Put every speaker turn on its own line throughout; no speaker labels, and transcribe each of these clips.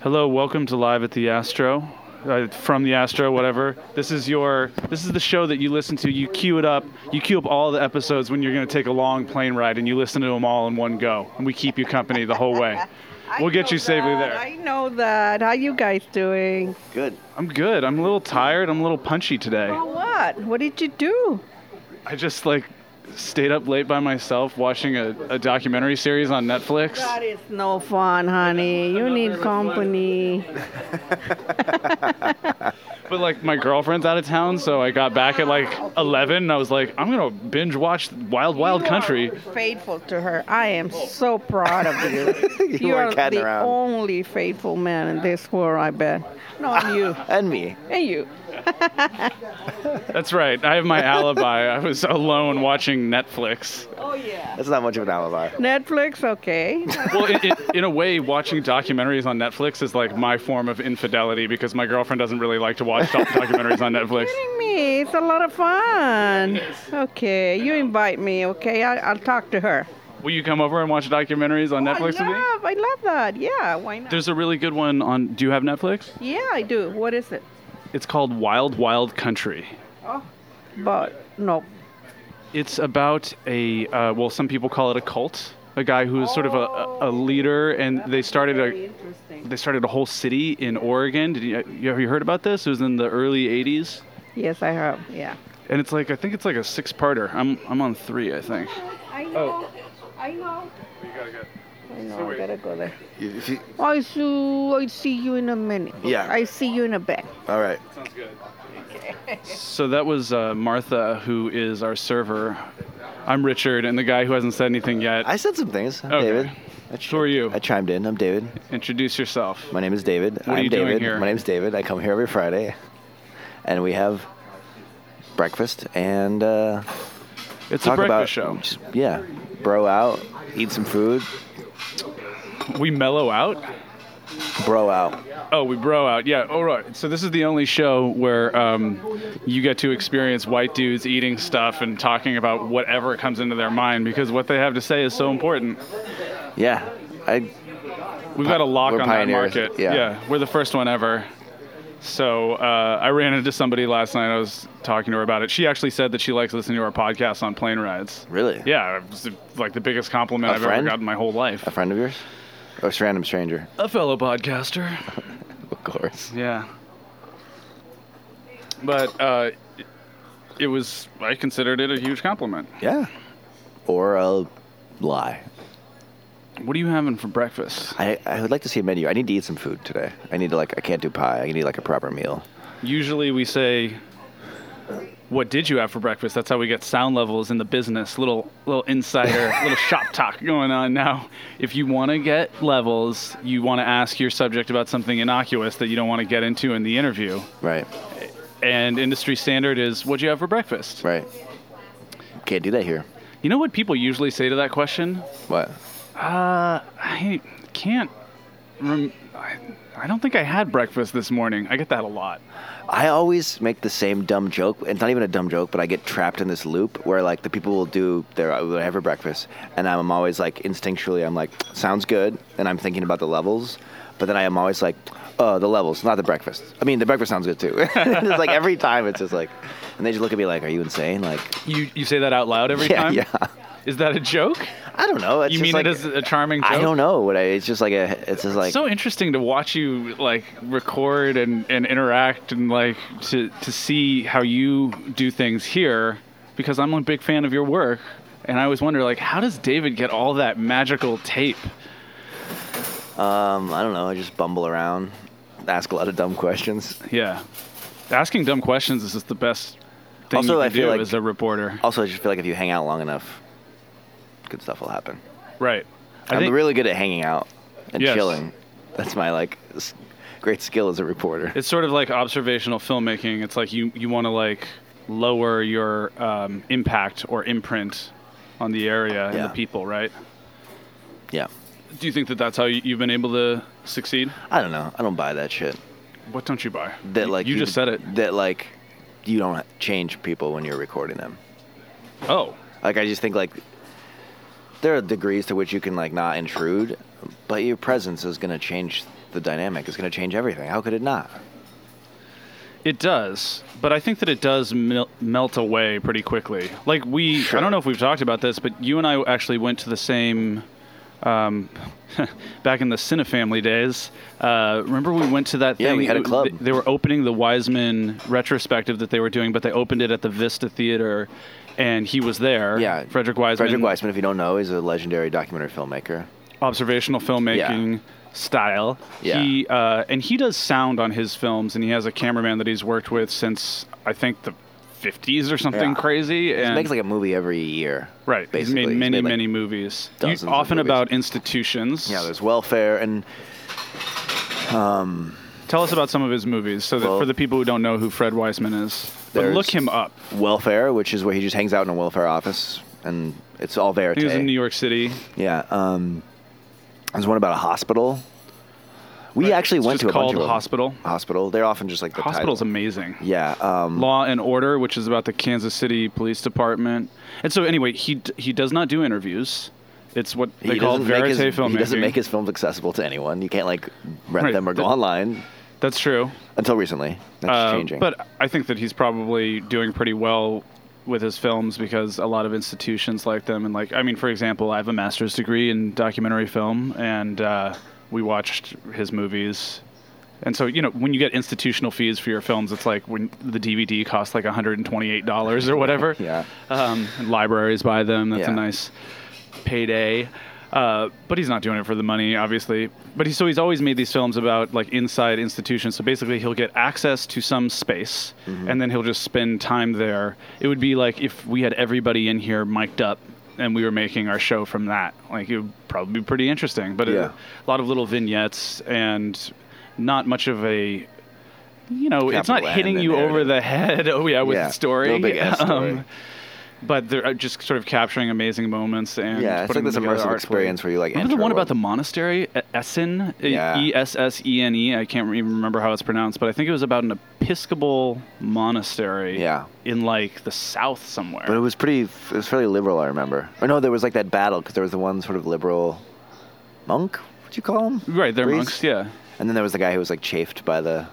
Hello, welcome to Live at the Astro, uh, from the Astro, whatever. This is your, this is the show that you listen to. You queue it up, you queue up all the episodes when you're going to take a long plane ride, and you listen to them all in one go, and we keep you company the whole way.
I
We'll get
know
you safely
that.
there.
I know that. How you guys doing?
Good.
I'm good. I'm a little tired. I'm a little punchy today.
Oh, what? What did you do?
I just like stayed up late by myself watching a, a documentary series on Netflix.
That is no fun, honey. You need company.
But like my girlfriend's out of town, so I got back at like 11 and I was like, I'm going to binge watch Wild Wild
You
Country.
are faithful to her. I am so proud of you.
You,
you are
weren't
the
catting around.
only faithful man in this world, I bet. Not you.
and me.
And you.
That's right. I have my alibi. I was alone watching Netflix.
Oh, yeah.
That's not much of an alibi.
Netflix, okay.
Well, in, in, in a way, watching documentaries on Netflix is like my form of infidelity because my girlfriend doesn't really like to watch doc- documentaries on Netflix.
Kidding me. It's a lot of fun. Okay, you invite me, okay? I, I'll talk to her.
Will you come over and watch documentaries on
Oh,
Netflix with
I
me?
love, I love that. Yeah, why not?
There's a really good one on. Do you have Netflix?
yeah, I do. What is it?
It's called Wild Wild Country.
But no.
It's about a uh, well, some people call it a cult. A guy who is sort of a, a leader, and they started
Very
a
interesting.
they started a whole city in Oregon. Did you, you- have you heard about this? It was in the early '80s,
Yes, I have. Yeah.
and it's like I think it's like a six-parter. I'm I'm on three, I think.
I know.
Oh.
I know. I know. I gotta go there.
If you-
I see. I see you in a minute.
Yeah.
I see you in a bit.
all right.
So that was uh, Martha, who is our server. I'm Richard, and the guy who hasn't said anything yet.
I said some things. I'm
Okay.
David. I ch-
Who are you?
I chimed in. I'm David.
Introduce yourself.
My name is David.
are
I'm
you doing
David.
here?
My name's David. I come here every Friday, and we have breakfast and uh,
It's
talk
a breakfast
about
show.
just- yeah, bro out, eat some food,
We mellow out.
bro out.
Oh, we bro out. Yeah. All right. So this is the only show where um, you get to experience white dudes eating stuff and talking about whatever comes into their mind because what they have to say is so important.
Yeah, I
We've got a lock
We're
on
pioneers,
that market.
yeah.
We're the first one ever. So uh, I ran into somebody last night. I was talking to her about it. She actually said that she likes listening to our podcast on plane rides.
really.
Yeah, it was like the biggest compliment
A
I've
friend?
ever gotten in my whole life.
A friend of yours, or a random stranger,
A fellow podcaster.
of course.
Yeah. But uh, it- it was, I considered it a huge compliment.
Yeah, or a lie.
What are you having for breakfast?
I, I would like to see a menu. I need to eat some food today. I need to like I can't do pie. I need like a proper meal.
Usually we say, what did you have for breakfast? That's how we get sound levels in the business. Little little insider, little shop talk going on now. If you want to get levels, you want to ask your subject about something innocuous that you don't want to get into in the interview.
Right.
And industry standard is, what'd you have for breakfast?
Right. Can't do that here.
You know what people usually say to that question?
What?
Uh, I can't. Rem- I, I don't think I had breakfast this morning. I get that a lot.
I always make the same dumb joke. It's not even a dumb joke, but I get trapped in this loop where like the people will do their whatever breakfast, and I'm always like instinctually I'm like sounds good, and I'm thinking about the levels, but then I am always like, oh the levels, not the breakfast. I mean the breakfast sounds good too. it's like every time it's just like, and they just look at me like, are you insane? Like
You you say that out loud every
yeah
time.
yeah.
Is that a joke?
I don't know. It's
you
just
mean
like,
it as a charming joke?
I don't know what I. It's just like a. It's just like.
so interesting to watch you like record and, and interact and like to to see how you do things here because I'm a big fan of your work and I always wonder like how does David get all that magical tape?
um, I don't know. I just bumble around, ask a lot of dumb questions.
Yeah, asking dumb questions is just the best thing
Also,
you can
I feel
do
like-
as a reporter.
Also, I just feel like if you hang out long enough, good stuff will happen.
Right. I
I'm
think-
really good at hanging out and
Yes.
chilling. That's my like s- great skill as a reporter.
It's sort of like observational filmmaking. It's like you, you want to like lower your um, impact or imprint on the area and
Yeah.
the people, right?
yeah.
Do you think that that's how you- you've been able to succeed?
I don't know. I don't buy that shit.
What don't you buy?
That
You-
like
you, just said it.
That like you don't change people when you're recording them.
Oh,
Like I just think like there are degrees to which you can like not intrude But your presence is going to change the dynamic. It's going to change everything. How could it not?
It does, but I think that it does mel- melt away pretty quickly. Like we, I don't know if we've talked about this, but you and I actually went to the same. Um, back in the Cine family days, uh, remember we went to that
Yeah,
thing.
we had a
it-
club.
They were opening the Wiseman retrospective that they were doing, but they opened it at the Vista Theater, and he was there.
Yeah.
Frederick Wiseman.
Frederick Weissman, if you don't know, is a legendary documentary filmmaker.
observational filmmaking style.
Yeah.
He uh, and he does sound on his films, and he has a cameraman that he's worked with since I think the 50s or something
Yeah.
crazy.
He
And
makes like a movie every year.
right,
Basically.
he's made many
like,
many movies, You-
dozens of
often
movies.
about institutions.
Yeah, there's welfare and
Tell us about some of his movies, so that
Well-
for the people who don't know who Fred Weisman is, but
There's-
look him up.
welfare, which is where he just hangs out in a welfare office, and it's all verite.
He was in New York City.
Yeah. Um, there's one about a hospital. We
Right.
actually
It's
went
just
to a
called
bunch of them.
Hospital.
Hospital. They're often just like the
Hospital's
Title.
amazing.
Yeah. Um,
Law and Order, which is about the Kansas City Police Department. And so, anyway, he d- he does not do interviews. It's what they
he
call
doesn't make
verite
his,
filmmaking.
He doesn't make his films accessible to anyone. You can't like rent
Right.
them or go
The-
online
That's true.
until recently. That's
Uh,
changing.
But I think that he's probably doing pretty well with his films because a lot of institutions like them. And, like, I mean, for example, I have a master's degree in documentary film, and uh, we watched his movies. And so, you know, when you get institutional fees for your films, it's like when the DVD costs like $128 or whatever.
Yeah.
Um, and libraries buy them. That's a
Yeah.
nice payday. Uh, but he's not doing it for the money, obviously. But he, so he's always made these films about like inside institutions. So basically, he'll get access to some space,
Mm-hmm.
and then he'll just spend time there. It would be like if we had everybody in here mic'd up, and we were making our show from that. Like it would probably be pretty interesting. But it-
Yeah.
a lot of little vignettes and not much of a, you know, it's not
Capital N
hitting
and
you over
narrative.
the head. Oh yeah, with
Yeah.
the story. Um,
No big ass story.
but they're uh, just sort of capturing amazing moments and
yeah, it's like
putting
this
them together
immersive
artfully.
experience where you like.
Remember
enter
the
a
one about
world.
the monastery, E- Essen,
Yeah.
E S S E N E. I can't even remember how it's pronounced, but I think it was about an Episcopal monastery.
Yeah.
in like the south somewhere.
But it was pretty. It was fairly liberal, I remember. Or no, there was like that battle because there was the one sort of liberal monk. What do you call him?
right, they're
Priest?
monks. Yeah.
And then there was the guy who was like chafed by the.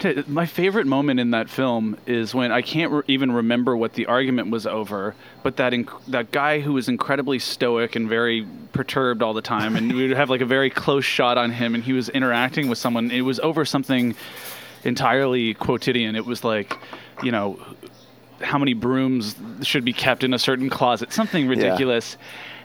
T- My favorite moment in that film is when I can't re- even remember what the argument was over, but that inc- that guy who was incredibly stoic and very perturbed all the time, and we would have like a very close shot on him, and he was interacting with someone. It was over something entirely quotidian. It was like, you know, how many brooms should be kept in a certain closet, something ridiculous.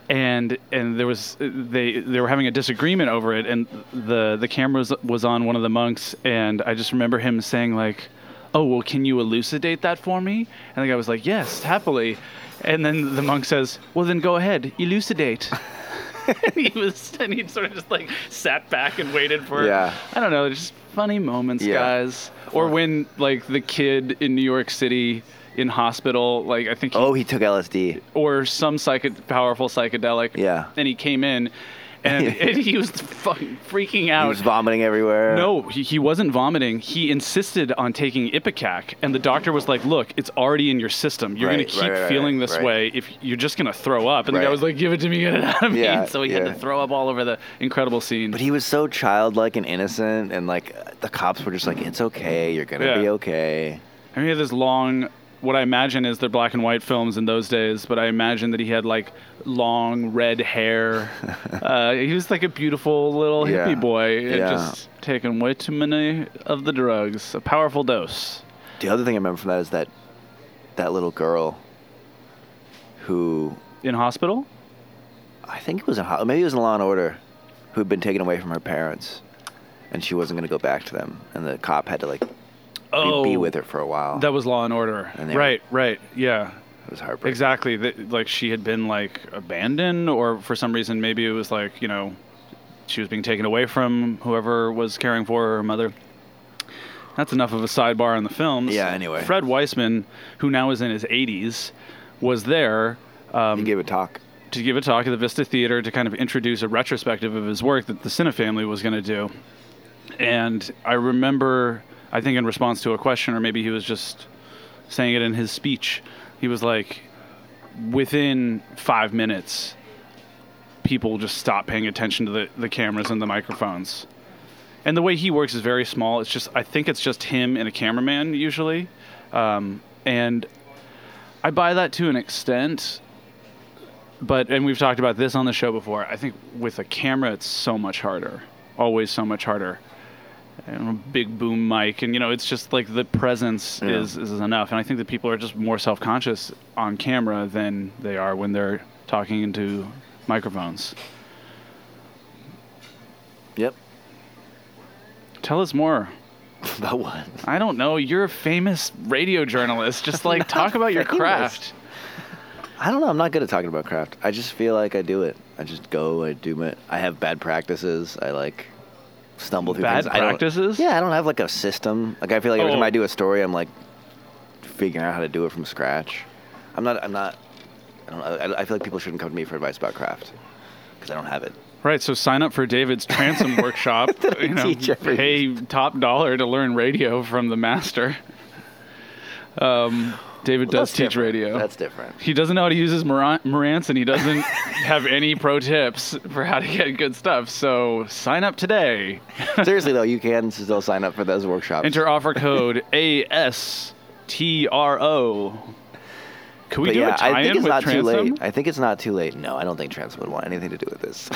And and there was they they were having a disagreement over it, and the the camera was, was on one of the monks, and I just remember him saying like, "Oh well, can you elucidate that for me?" And the guy was like, "Yes, happily." And then the monk says, "Well, then go ahead, elucidate." and he was and he sort of just like sat back and waited for
Yeah.
I don't know, just funny moments,
Yeah.
guys. Or when like the kid in New York City in hospital, like I think, he,
Oh, he took LSD.
or some psych- powerful psychedelic.
Yeah.
And he came in, and, and he was fucking freaking out.
He was vomiting everywhere.
No, he, he wasn't vomiting. He insisted on taking Ipecac, and the doctor was like, "Look, it's already in your system. You're
Right,
going to keep
right, right,
feeling
right,
this
right.
way. If you're just going to throw up." And the guy
Right.
was like, "Give it to me, get it out of me."
Yeah,
And so he
yeah.
had to throw up all over the incredible scene.
But he was so childlike and innocent, and like the cops were just like, "It's okay, you're gonna
Yeah.
be okay."
I mean, he had this long, what I imagine is they're black and white films in those days, but I imagine that he had like long red hair. uh, he was like a beautiful little
Yeah.
hippie boy, and
Yeah.
just taking way too many of the drugs, a powerful dose.
The other thing I remember from that is that that little girl, who
In hospital?
I think it was in Ho- maybe it was in Law and Order, who had been taken away from her parents, and she wasn't gonna go back to them, and the cop had to like be-
Oh,
be with her for a while.
That was Law and Order.
And they were-
right, right, yeah.
it was heartbreaking.
Exactly. That, like she had been like abandoned, or for some reason, maybe it was like you know, she was being taken away from whoever was caring for her, her mother. That's enough of a sidebar in the films.
Yeah, anyway.
Fred Weissman, who now is in his 80s, was there
He
um,
gave a talk.
to give a talk at the Vista Theater to kind of introduce a retrospective of his work that the Cine family was going to do. And I remember, I think in response to a question, or maybe he was just saying it in his speech, he was like, within five minutes, people will just stop paying attention to the, the cameras and the microphones. And the way he works is very small. It's just I think it's just him and a cameraman usually, um, and I buy that to an extent. But and we've talked about this on the show before. I think with a camera it's so much harder, always so much harder. And a big boom mic, and you know it's just like the presence
Yeah.
is is enough. And I think that people are just more self conscious on camera than they are when they're talking into microphones.
Yep.
Tell us more.
About what?
I don't know. You're a famous radio journalist. Just like talk about your
famous.
craft.
I don't know. I'm not good at talking about craft. I just feel like I do it. I just go. I do it. I have bad practices. I like stumble through
Bad
things. I don't-
practices?
yeah, I don't have like a system. Like I feel like every
Oh.
time I do a story, I'm like figuring out how to do it from scratch. I'm not. I'm not. I don't. I, I feel like people shouldn't come to me for advice about craft because I don't have it.
Right. So sign up for David's transom workshop. You know,
Teach everything.
pay top dollar to learn radio from the master. Um, David does
That's
teach
different.
radio.
That's different.
he doesn't know how to use his Moran- Marantz, and he doesn't have any pro tips for how to get good stuff. So sign up today.
Seriously though, you can still sign up for those workshops.
Enter offer code ASTRO. Can we
but
do
yeah,
a
I
tie in
think it's
with
not
Transom?
too late. I think it's not too late. No, I don't think Transom would want anything to do with this.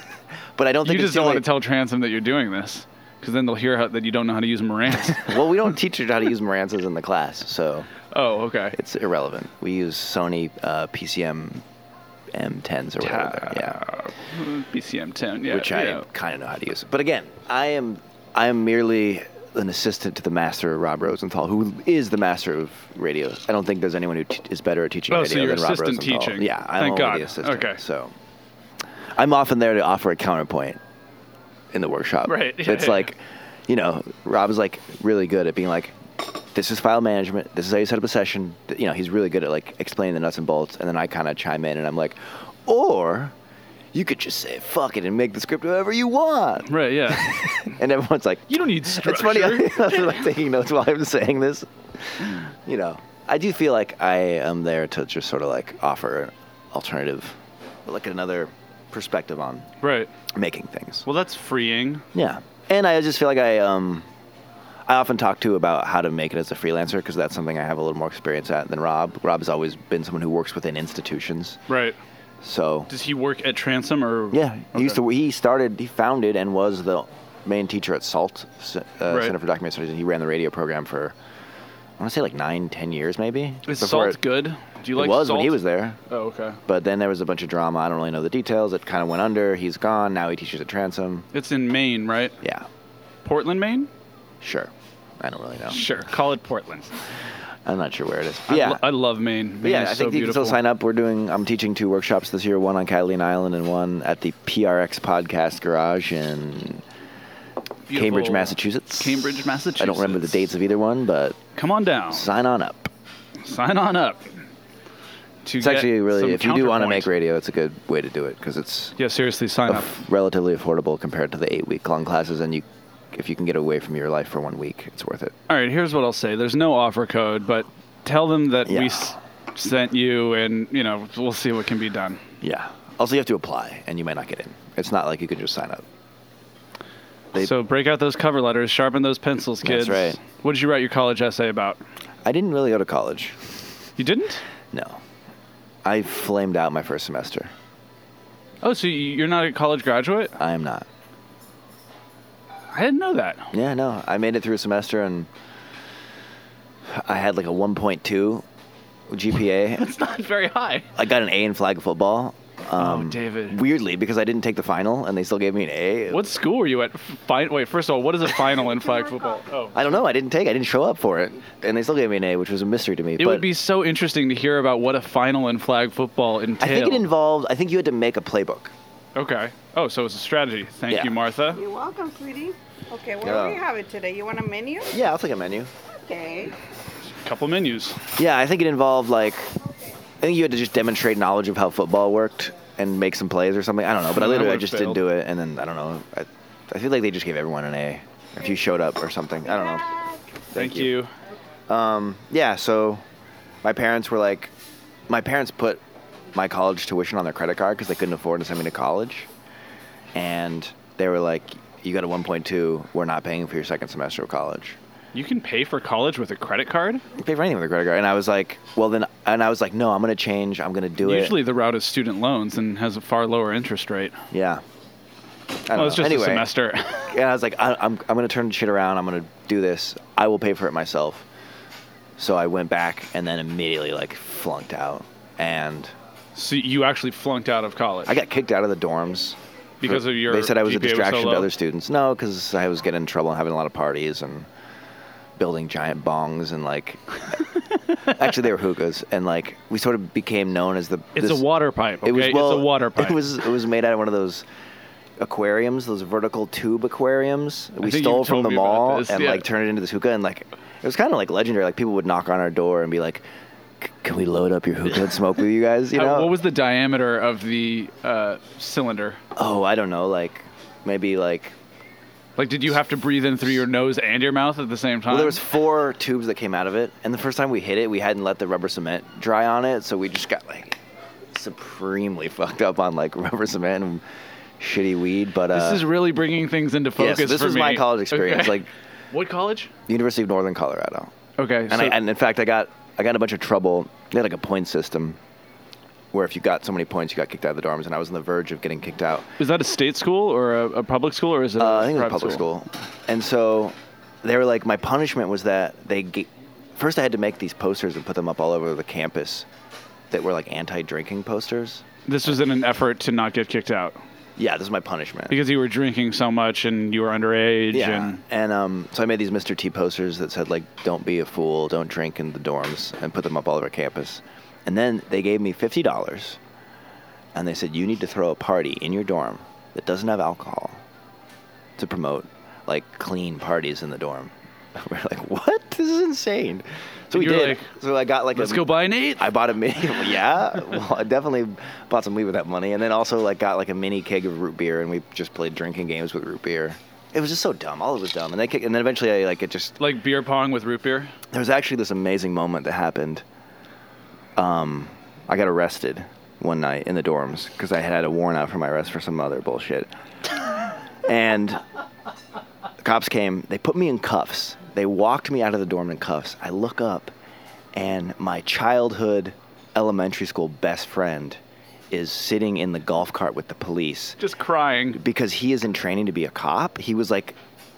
but I don't
You
think
just
it's too
don't want
late.
to tell Transom that you're doing this, because then they'll hear how, that you don't know how to use Marantz.
well, we don't teach you how to use Marantzas in the class, so
oh, okay.
it's irrelevant. We use Sony uh, PCM M10s or whatever. they're- Yeah,
BCM 10. Yeah.
which
yeah.
I kind of know how to use. But again, I am I am merely an assistant to the master Rob Rosenthal, who is the master of radio. I don't think there's anyone who t- is better at teaching
Oh, so
radio
you're
than Rob
assistant
Rosenthal.
teaching.
Yeah, I'm
Thank
only
God.
the assistant.
Okay.
so I'm often there to offer a counterpoint in the workshop.
Right, yeah,
it's
yeah.
like, you know, Rob is like really good at being like. This is file management. This is how you set up a session. Th- You know, he's really good at like explaining the nuts and bolts, and then I kind of chime in and I'm like, or you could just say fuck it and make the script however you want.
Right, yeah.
And everyone's like,
You don't need structure.
it's funny. I'm like taking notes while I'm saying this. You know, I do feel like I am there to just sort of like offer an alternative, like another perspective on
right.
making things.
Well, that's freeing.
Yeah, and I just feel like I um, I often talk to about how to make it as a freelancer because that's something I have a little more experience at than Rob. Rob has always been someone who works within institutions,
Right.
so
Does he work at Transom or?
Yeah, he
Okay.
used to. He started. He founded and was the main teacher at SALT, S- uh,
Right.
Center for Documentary Studies, and he ran the radio program for I want to say like nine, ten years, maybe.
Is
before
salt
it-
good? Do you
it
like
was
salt?
when he was there,
Oh, okay.
but then there was a bunch of drama. I don't really know the details. It kind of went under. He's gone. Now he teaches at Transom.
It's in Maine, right?
Yeah,
Portland, Maine?
sure. I don't really know.
Sure. Call it Portland.
I'm not sure where it is.
I
yeah.
lo- I love Maine. Maine
But yeah,
is
I
so
think you can
beautiful.
still sign up. We're doing. I'm teaching two workshops this year. One on Catalina Island and one at the PRX Podcast Garage in Cambridge,
Beautiful.
Massachusetts.
Cambridge,
I don't remember the
Massachusetts.
dates of either one, but
Come on down.
sign on up.
Sign on up. To
It's actually really, if you do want to make
radio.
radio, it's a good way to do it because it's
Yeah, seriously, sign up.
aff- relatively affordable compared to the eight week long classes. And you, if you can get away from your life for one week, it's worth it.
All right, here's what I'll say. There's no offer code, but tell them that
Yeah.
we s- sent you, and you know we'll see what can be done.
Yeah. Also, you have to apply, and you might not get in. It's not like you can just sign up. They-
so break out those cover letters, sharpen those pencils,
That's
kids.
right.
What did you write your college essay about?
I didn't really go to college.
You didn't?
No. I flamed out my first semester.
Oh, so you- you're not a college graduate?
I am not.
I didn't know that.
Yeah, no. I made it through a semester and I had like a 1.2 GPA.
It's not very high.
I got an A in flag football.
oh,
Um,
David.
Weirdly, because I didn't take the final and they still gave me an A.
What school were you at? Fine. Wait, first of all, what is a final in flag football? Oh.
I don't know. I didn't take. it. I didn't show up for it, and they still gave me an A, which was a mystery to me.
It would be so interesting to hear about what a final in flag football entails.
I think it involved. I think you had to make a playbook.
Okay. Oh, so it's a strategy. Thank
Yeah.
you, Martha.
You're welcome, sweetie. Okay, what
Yeah.
do we have it today? You want a menu? Uh,
Yeah, I'll take a menu.
Okay.
Couple menus.
Yeah, I think it involved like. I think you had to just demonstrate knowledge of how football worked and make some plays or something. I don't know, but I
I
literally I
would've
just
failed.
didn't do it, and then I don't know. I, I feel like they just gave everyone an A if you showed up or something. I don't know.
Thank, you.
yeah, so my parents were like, my parents put my college tuition on their credit card because they couldn't afford to send me to college, and they were like, "You got a 1.2. We're not paying for your second semester of college."
You can pay for college with a credit card.
You pay for anything with a credit card, and I was like, "Well then," and I was like, "No, I'm gonna change. I'm gonna do
Usually
it."
the route is student loans and has a far lower interest rate.
yeah. I don't
Well, Oh, it's
know.
just a semester.
And I was like, I, I'm, I'm going to turn shit around. I'm going to do this. I will pay for it myself. So I went back and then immediately like flunked out. And
so you actually flunked out of college.
I got kicked out of the dorms.
Because of your
They said I was a
GPA was so
distraction
low?
to other students. No, because I was getting in trouble and having a lot of parties and building giant bongs and like. actually, they were hookahs. And like, we sort of became known as the.
it's
this-
a water pipe. Okay,
It was well,
it's a water pipe.
It was it was made out of one of those aquariums, those vertical tube aquariums that we
think
stole
you've
from
told
the
me about
mall
this,
and
yeah.
like turned it into this hookah and like it was kind of like legendary. Like people would knock on our door and be like, "C- "Can we load up your hookah and smoke with you guys?" You
How-
know?
what was the diameter of the uh, cylinder?
oh, I don't know. Like maybe like
Like, did you have to breathe in through your nose and your mouth at the same time?
well, there was four tubes that came out of it, and the first time we hit it, we hadn't let the rubber cement dry on it, so we just got like supremely fucked up on like rubber cement and shitty weed. But uh,
this is really bringing things into
yeah,
focus.
so this
for
was
me.
my college experience.
Okay.
Like
what college?
University of Northern Colorado.
Okay,
And,
so,
I, and in fact, I got I got in a bunch of trouble. They had like a point system where if you got so many points, you got kicked out of the dorms, and I was on the verge of getting kicked out.
is that a state school or a, a public school or is it? a
Uh, I think it was
private
public school. And so they were like, my punishment was that they ga- first I had to make these posters and put them up all over the campus that were like anti-drinking posters.
This was in an effort to not get kicked out
Yeah, this is my punishment.
because you were drinking so much and you were underage.
Yeah,
And
and um, so I made these Mr. T posters that said like, "Don't be a fool, don't drink in the dorms," and put them up all over campus. And then they gave me fifty dollars, and they said, "You need to throw a party in your dorm that doesn't have alcohol to promote like clean parties in the dorm." We're like, "What? This is insane!" So
And
we
you're
did.
like,
so I got like
let's
a,
go buy an eight.
I bought a mini. yeah, well, I definitely bought some weed with that money, and then also like got like a mini keg of root beer, and we just played drinking games with root beer. It was just so dumb. All of it was dumb, and they kick- and then eventually I like it just.
like beer pong with root beer.
There was actually this amazing moment that happened. Um, I got arrested one night in the dorms because I had had a warrant out for my arrest for some other bullshit, and the cops came. They put me in cuffs. They walked me out of the dorm in cuffs. I look up, and my childhood elementary school best friend is sitting in the golf cart with the police
Just crying.
because he is in training to be a cop. He was like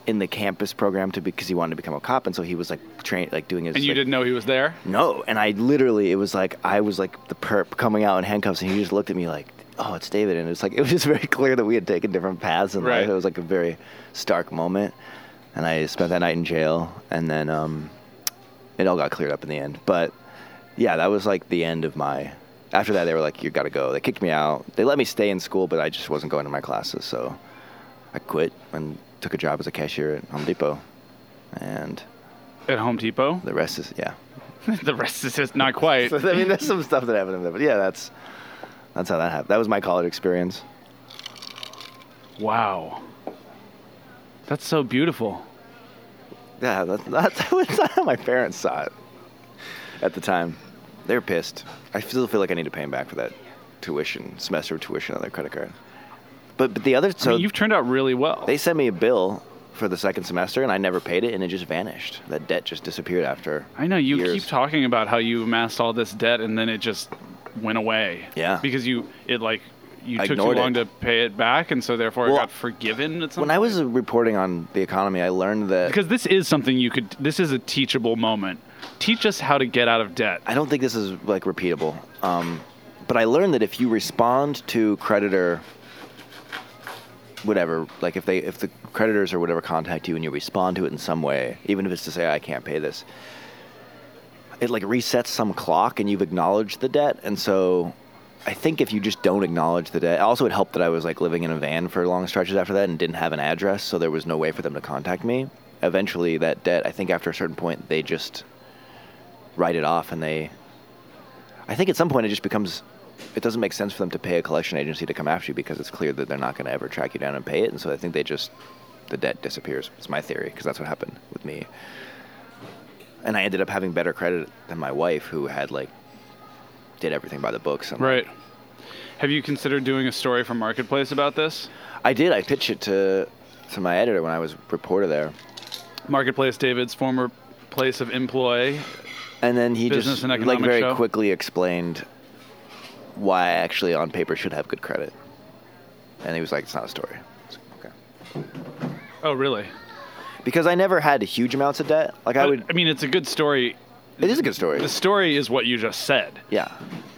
in the campus program to because he wanted to become a cop, and so he was like train like doing his.
And you
like-
didn't know he was there?
No, and I literally it was like I was like the perp coming out in handcuffs, and he just looked at me like, "Oh, it's David," and it's like it was just very clear that we had taken different paths in
Right.
life. It was like a very stark moment, and I spent that night in jail, and then um, it all got cleared up in the end. But yeah, that was like the end of my. After that, they were like, "You got to go." They kicked me out. They let me stay in school, but I just wasn't going to my classes, so I quit and took a job as a cashier at Home Depot, and
At Home Depot?
the rest is yeah.
the rest is just not quite.
So, I mean, there's some stuff that happened in there, but yeah, that's that's how that happened. That was my college experience.
Wow. That's so beautiful.
Yeah, that, that's, that's how my parents saw it at the time. They were pissed. I still feel like I need to pay them back for that tuition, semester of tuition on their credit card. But but the other
I
so
mean, you've turned out really well.
they sent me a bill for the second semester, and I never paid it, and it just vanished. That debt just disappeared after.
I know you
years.
keep talking about how you amassed all this debt and then it just went away.
Yeah.
Because you it like you
I
took too
ignored it.
long to pay it back and so therefore it
Well,
got forgiven at some
When I was reporting on the economy, I learned that
because this is something you could this is a teachable moment. Teach us how to get out of debt.
I don't think this is like repeatable. Um, but I learned that if you respond to creditor, whatever, like if they if the creditors or whatever contact you and you respond to it in some way, even if it's to say I can't pay this, it like resets some clock and you've acknowledged the debt. And so, I think if you just don't acknowledge the debt, also it helped that I was like living in a van for long stretches after that and didn't have an address, so there was no way for them to contact me. Eventually, that debt, I think after a certain point, they just write it off and they I think at some point it just becomes it doesn't make sense for them to pay a collection agency to come after you because it's clear that they're not going to ever track you down and pay it and so I think they just the debt disappears. It's my theory because that's what happened with me. And I ended up having better credit than my wife who had like did everything by the books. And
Right. Have you considered doing a story for Marketplace about this?
I did. I pitched it to to my editor when I was reporter there,
Marketplace, David's former place of employ.
and then he
Business
just
and
like
economic
very
show?
quickly explained why I actually on paper should have good credit, and he was like, "It's not a story." I was like, Okay.
Oh, really?
Because I never had huge amounts of debt. Like I
But,
would.
I mean, it's a good story.
It is a good story.
The story is what you just said,
Yeah.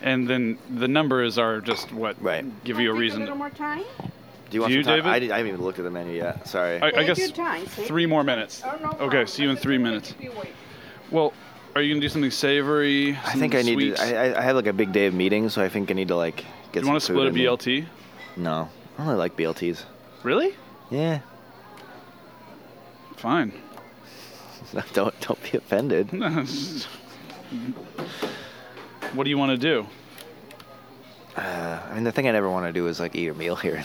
and then the numbers are just what
Right.
give you a reason.
little more time?
Do you want
You,
some time?
David?
I, did, I haven't even looked at the menu yet. Sorry.
I, I
Take
guess
your time, see?
three more minutes.
Oh, no
okay,
problem.
see you in
Just
three
wait,
minutes.
if you wait.
Well, are you gonna do something savory?
I
some
think I need
sweet?
to. I, I- I had like a big day of meetings, so I think I need to like
you
get some
want to
food
split a
in me.
BLT?
No, I only like BLTs.
Really?
Yeah,
Fine.
don't don't be offended.
what do you want to do?
I mean, the thing I never want to do is like eat your meal here.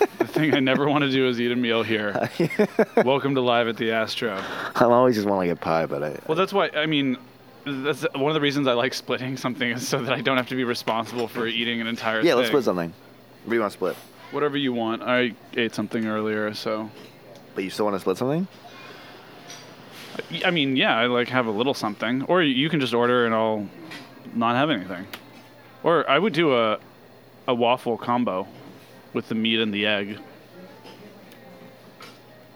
The thing I never want to do is eat a meal here. Welcome to Live at the Astro.
I'm always just want to get pie, but I,
Well, that's why, I mean, that's one of the reasons I like splitting something is so that I don't have to be responsible for eating an entire
yeah, let's
thing.
split something. What do you want to split?
Whatever you want. I ate something earlier, so.
But you still want to split something?
I mean, yeah, I like have a little something. Or you can just order and I'll not have anything. Or I would do a, a waffle combo with the meat and the egg.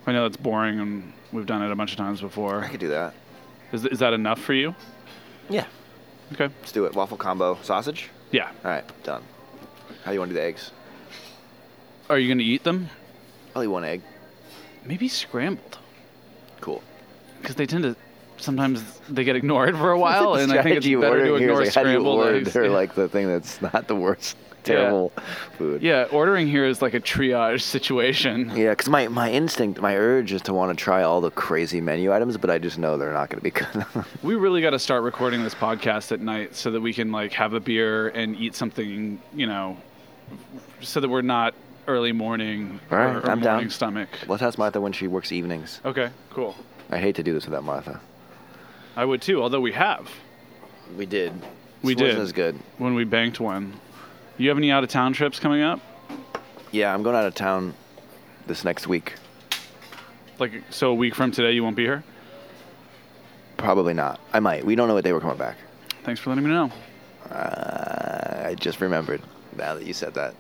I know that's boring and we've done it a bunch of times before.
I could do that.
Is, is that enough for you?
Yeah,
Okay.
let's do it. Waffle combo sausage.
Yeah.
All right, done. How do you want to do the eggs?
Are you going to eat them?
Probably one egg.
Maybe scrambled.
Cool.
Because they tend to, sometimes they get ignored for a while.
The
and I think it's
strategy of
better to
ordering here is,
ignore
like, how do you
scrambled
order
eggs.
Or
Yeah.
like the thing that's not the worst terrible food.
yeah, ordering here is like a triage situation.
Yeah, because my, my instinct, my urge is to want to try all the crazy menu items, but I just know they're not going to be good.
We really got to start recording this podcast at night so that we can like have a beer and eat something, you know, so that we're not early morning
All right,
or, or
I'm
morning
down.
stomach.
Let's ask Martha when she works evenings.
Okay, cool.
I hate to do this without Martha.
I would too, although we have
We did.
We
this
did.
Wasn't as good.
when we banked one. You have any out of town trips coming up?
Yeah, I'm going out of town this next week.
Like so a week from today you won't be here?
Probably not. I might. We don't know what day we're coming back.
Thanks for letting me know.
Uh, I just remembered now that you said that.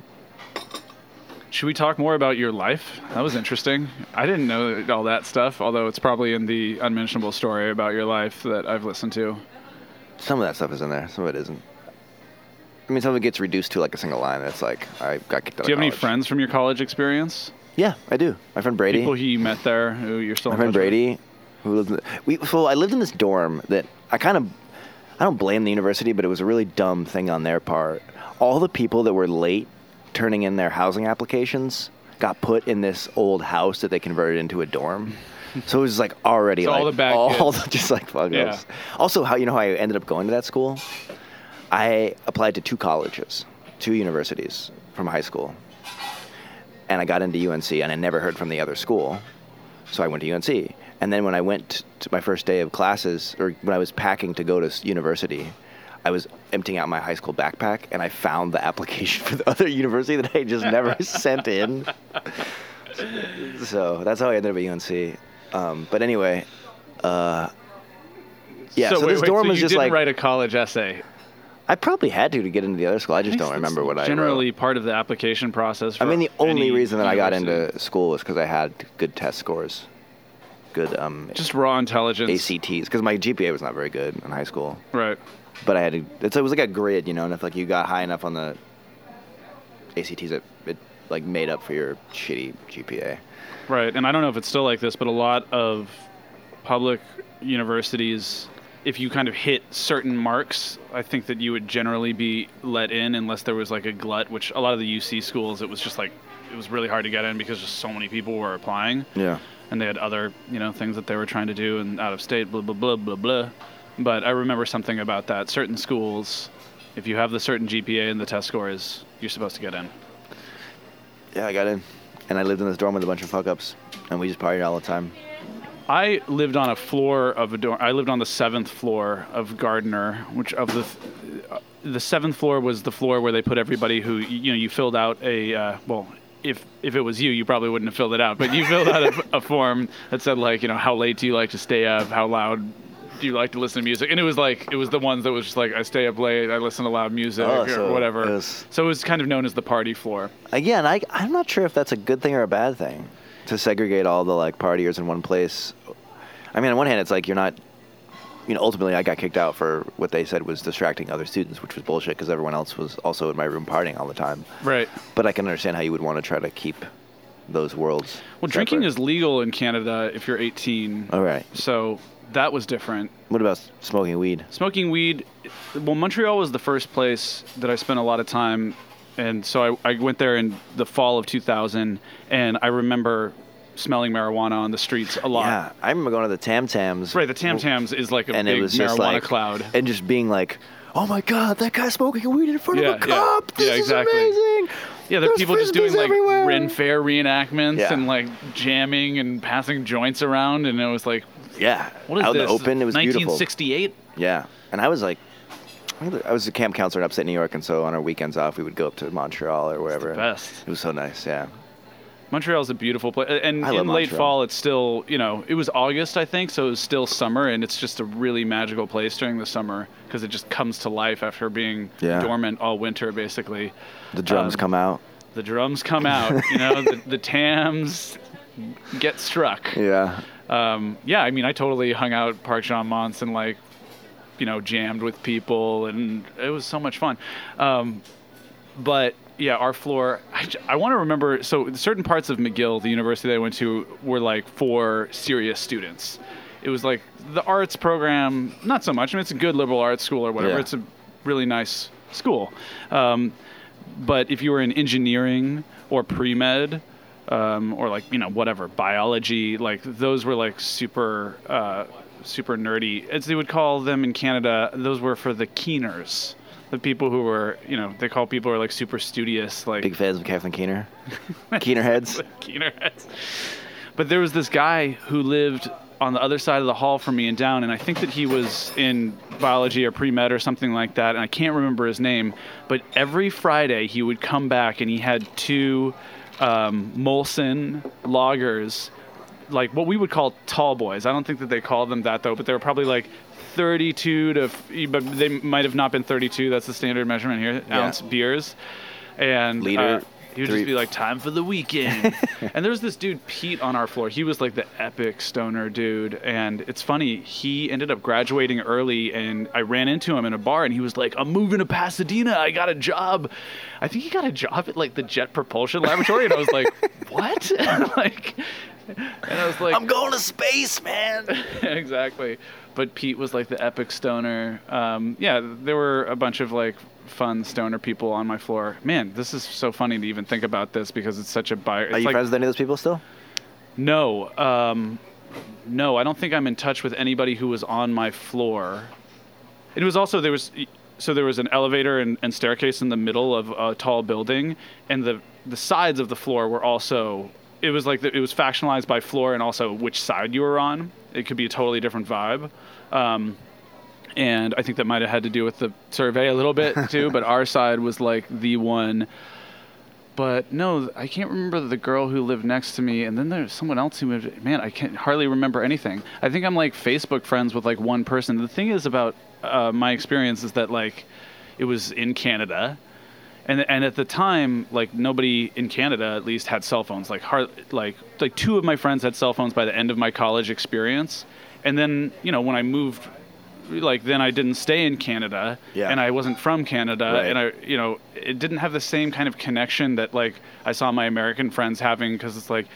Should we talk more about your life? That was interesting. I didn't know all that stuff, although it's probably in the unmentionable story about your life that I've listened to.
Some of that stuff is in there. Some of it isn't. I mean, some of it gets reduced to like a single line. That's like I got kicked out.
Do you
of
have any
college.
friends from your college experience?
Yeah, I do. My friend Brady.
People who you met there who you're still
My
in
friend
touch with?
Brady, who lived in, we, so I lived in this dorm that I kind of, I don't blame the university, but it was a really dumb thing on their part. All the people that were late turning in their housing applications got put in this old house that they converted into a dorm. So it was like already
So
like
all the bad
all
kids.
the- just like fuck
Yeah.
us. Also, how you know how I ended up going to that school? I applied to two colleges, two universities from high school, and I got into UNC, and I never heard from the other school. So I went to UNC. And then when I went to my first day of classes, or when I was packing to go to s- university, I was emptying out my high school backpack and I found the application for the other university that I just never sent in. So that's how I ended up at UNC. Um, but anyway, uh, yeah, so,
wait,
this
wait,
dorm
so
was
you
just
didn't
like,
write a college essay.
I probably had to to get into the other school. I just
Makes
don't
sense.
remember what I wrote.
generally part of the application process.
I
for
mean, the only
any
reason that I got
university.
into school was because I had good test scores, good um,
just raw intelligence,
ACTs, because my GPA was not very good in high school.
right?
But I had to, it's, it was like a grid, you know, and if like you got high enough on the ACTs, it, it like made up for your shitty GPA.
Right, and I don't know if it's still like this, but a lot of public universities, if you kind of hit certain marks, I think that you would generally be let in unless there was like a glut, which a lot of the UC schools, it was just like it was really hard to get in because just so many people were applying,
Yeah.
and they had other you know things that they were trying to do and out of state, blah blah blah blah blah. But I remember something about that. Certain schools, if you have the certain GPA and the test scores, you're supposed to get in.
Yeah, I got in. And I lived in this dorm with a bunch of fuck ups, and we just partied all the time.
I lived on a floor of a dorm. I lived on the seventh floor of Gardner, which of the th- the seventh floor was the floor where they put everybody who you know you filled out a uh, well. If, if it was you, you probably wouldn't have filled it out. But you filled out a, a form that said like, you know, how late do you like to stay up? How loud do you like to listen to music? And it was like it was the ones that was just like, I stay up late, I listen to loud music
Oh,
or
so
whatever.
it was-
so it was kind of known as the party floor.
Again, I, I'm not sure if that's a good thing or a bad thing to segregate all the like partiers in one place. I mean, on one hand, it's like you're not, you know, ultimately I got kicked out for what they said was distracting other students, which was bullshit because everyone else was also in my room partying all the time.
Right.
But I can understand how you would want to try to keep those worlds.
Well, drinking
separate. Oh,
is legal in Canada if you're 18.
All right.
So that was different.
What about s- smoking weed?
Smoking weed, well, Montreal was the first place that I spent a lot of time. And so I, I went there in the fall of 2000. And I remember smelling marijuana on the streets a lot.
Yeah, I remember going to the Tam Tams.
Right. The Tam Tams is like a
and
big
it was
marijuana
just like
cloud.
and just being like oh my god that guy's smoking weed in front
Yeah,
of a
yeah.
cop this
Yeah, exactly.
is amazing
Yeah, there are
There's
people just doing
Frisbees
like
everywhere.
Ren Fair reenactments
Yeah.
and like jamming and passing joints around. And it was like,
yeah
what is
out
this?
in the open it was beautiful
1968?
yeah and i was like I think I was a camp counselor in upstate New York, and so on our weekends off, we would go up to Montreal or wherever.
best.
It was so nice, yeah.
Montreal's a beautiful place, and
I
in
love
late
Montreal.
fall, it's still you know it was August I think, so it was still summer, and it's just a really magical place during the summer because it just comes to life after being
Yeah.
dormant all winter basically.
The drums
Um,
come out.
The drums come out, you know, the, the tams get struck.
Yeah.
Um, yeah, I mean, I totally hung out at Park Jean Mons and like, you know, jammed with people, and it was so much fun. Um, but yeah, our floor. I, j- I want to remember. So certain parts of McGill, the university that I went to, were like for serious students. It was like the arts program, not so much. I mean, it's a good liberal arts school or whatever.
Yeah.
It's a really nice school. Um, but if you were in engineering or pre med, um, or like you know whatever biology, like those were like super uh, super nerdy. As they would call them in Canada, those were for the keeners, the people who were you know they call people who are like super studious, like
Big fans of Kathleen Keener. Keener heads.
Keener heads. But there was this guy who lived on the other side of the hall from me and down, and I think that he was in biology or pre med or something like that, and I can't remember his name. But every Friday he would come back and he had two um, Molson loggers, like what we would call tall boys. I don't think that they called them that though, but they were probably like 32 to, f- but they might have not been 32. That's the standard measurement here,
Yeah.
ounce beers. And uh,
Liter,
he would
three-
just be like, time for the weekend. and there's this dude, Pete, on our floor. He was like the epic stoner dude. And it's funny, he ended up graduating early, and I ran into him in a bar, and he was like, I'm moving to Pasadena. I got a job. I think he got a job at like the Jet Propulsion Laboratory. And I was like, what? like, and I was like,
I'm going to space, man.
exactly. But Pete was like the epic stoner. Um, yeah, there were a bunch of like fun stoner people on my floor. Man, this is so funny to even think about this because it's such a bi- it's
Are you
like,
friends with any of those people still?
No, um, no, I don't think I'm in touch with anybody who was on my floor. It was also there was so there was an elevator and, and staircase in the middle of a tall building, and the the sides of the floor were also. It was like the, it was factionalized by floor and also which side you were on. It could be a totally different vibe. Um, and I think that might have had to do with the survey a little bit too. but our side was like the one. But no, I can't remember the girl who lived next to me, and then there's someone else who moved. Man, I can't hardly remember anything. I think I'm like Facebook friends with like one person. The thing is about uh, my experience is that like it was in Canada, and and at the time like nobody in Canada at least had cell phones. Like hard, like like two of my friends had cell phones by the end of my college experience, and then you know when I moved, like then I didn't stay in Canada,
Yeah.
and I wasn't from Canada,
Right.
and I you know it didn't have the same kind of connection that like I saw my American friends having because it's like.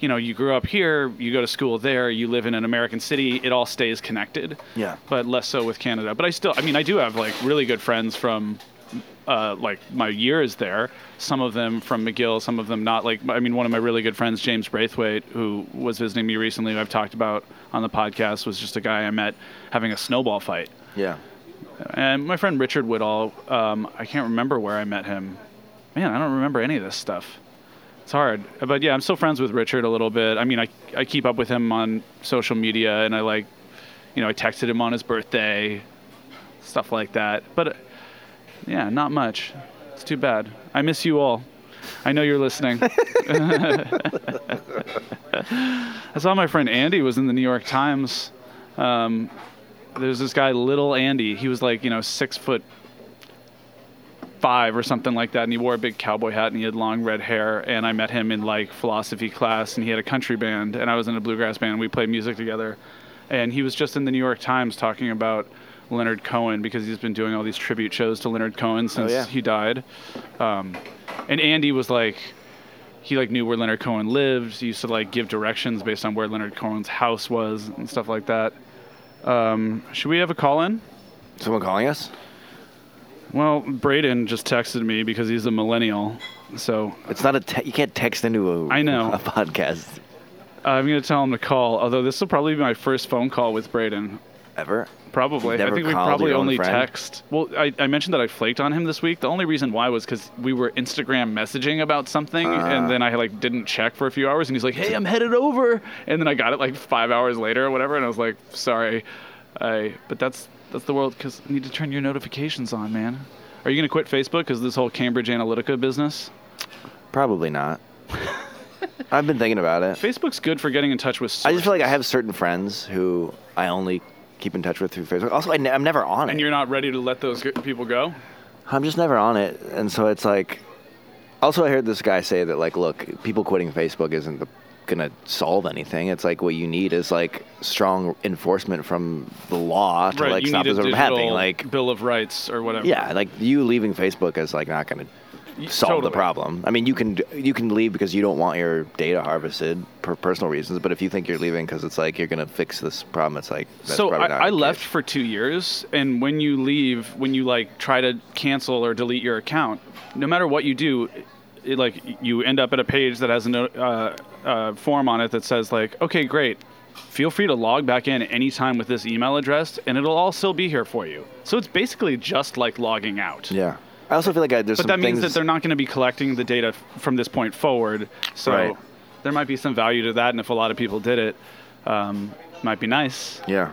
You know, you grew up here, you go to school there, you live in an American city, it all stays connected
Yeah.
but less so with Canada. But I still, I mean, I do have like really good friends from uh, like my years there. Some of them from McGill, some of them not. Like, I mean, one of my really good friends, James Braithwaite, who was visiting me recently, who I've talked about on the podcast, was just a guy I met having a snowball fight.
Yeah.
And my friend Richard Woodall, um, I can't remember where I met him. Man, I don't remember any of this stuff. It's hard. But yeah, I'm still friends with Richard a little bit. I mean, I, I keep up with him on social media and I like, you know, I texted him on his birthday, stuff like that. But uh, yeah, not much. It's too bad. I miss you all. I know you're listening. I saw my friend Andy was in the New York Times. Um, there's this guy, Little Andy. He was like, you know, six foot five or something like that, and he wore a big cowboy hat and he had long red hair. And I met him in like philosophy class, and he had a country band, and I was in a bluegrass band. We played music together, and he was just in the New York Times talking about Leonard Cohen because he's been doing all these tribute shows to Leonard Cohen since
yeah.
he died. Um, and Andy was like, he like knew where Leonard Cohen lived. He used to like give directions based on where Leonard Cohen's house was and stuff like that. Um, should we have a call in?
Someone calling us?
Well, Braden just texted me because he's a millennial. So
It's not a. Te- you can't text into a.
I know.
a podcast
I'm going to tell him to call. Although this will probably be my first phone call with Braden.
ever.
Probably.
You've
I
never
think we
called
probably
your own
only
friend?
text. Well, I, I mentioned that I flaked on him this week. The only reason why was because we were Instagram messaging about something,
Ah.
and then I like didn't check for a few hours, and he's like, "Hey, I'm headed over," and then I got it like five hours later or whatever, and I was like, "Sorry," I. But that's that's the world because need to turn your notifications on, man. Are you gonna quit Facebook because this whole Cambridge Analytica business?
Probably not. I've been thinking about it.
Facebook's good for getting in touch with.
I just feel like I
sources.
have certain friends who I only keep in touch with through Facebook. Also, I ne- I'm never on
And
it.
you're not ready to let those g- people go.
I'm just never on it, and so it's like. Also, I heard this guy say that like, look, people quitting Facebook isn't the, gonna solve anything. It's like what you need is like strong enforcement from the law to like
you
stop
need a
this from
digital
happening. Like,
bill of rights or whatever.
yeah, like you leaving Facebook is like not gonna
Y-
solve
totally.
the problem. I mean, you can you can leave because you don't want your data harvested for personal reasons, but if you think you're leaving because it's like you're gonna fix this problem, it's like that's
so
probably
I,
not
I
the
left
case.
for two years, and when you leave, when you like try to cancel or delete your account, no matter what you do, it, like you end up at a page that has a no, uh, uh, form on it that says like, okay, great, feel free to log back in anytime with this email address, and it'll all still be here for you. So it's basically just like logging out.
Yeah, I also feel like I, there's
But that
some
means
things
that they're not going to be collecting the data f- from this point forward. So
Right.
there might be some value to that, and if a lot of people did it, um, might be nice.
yeah.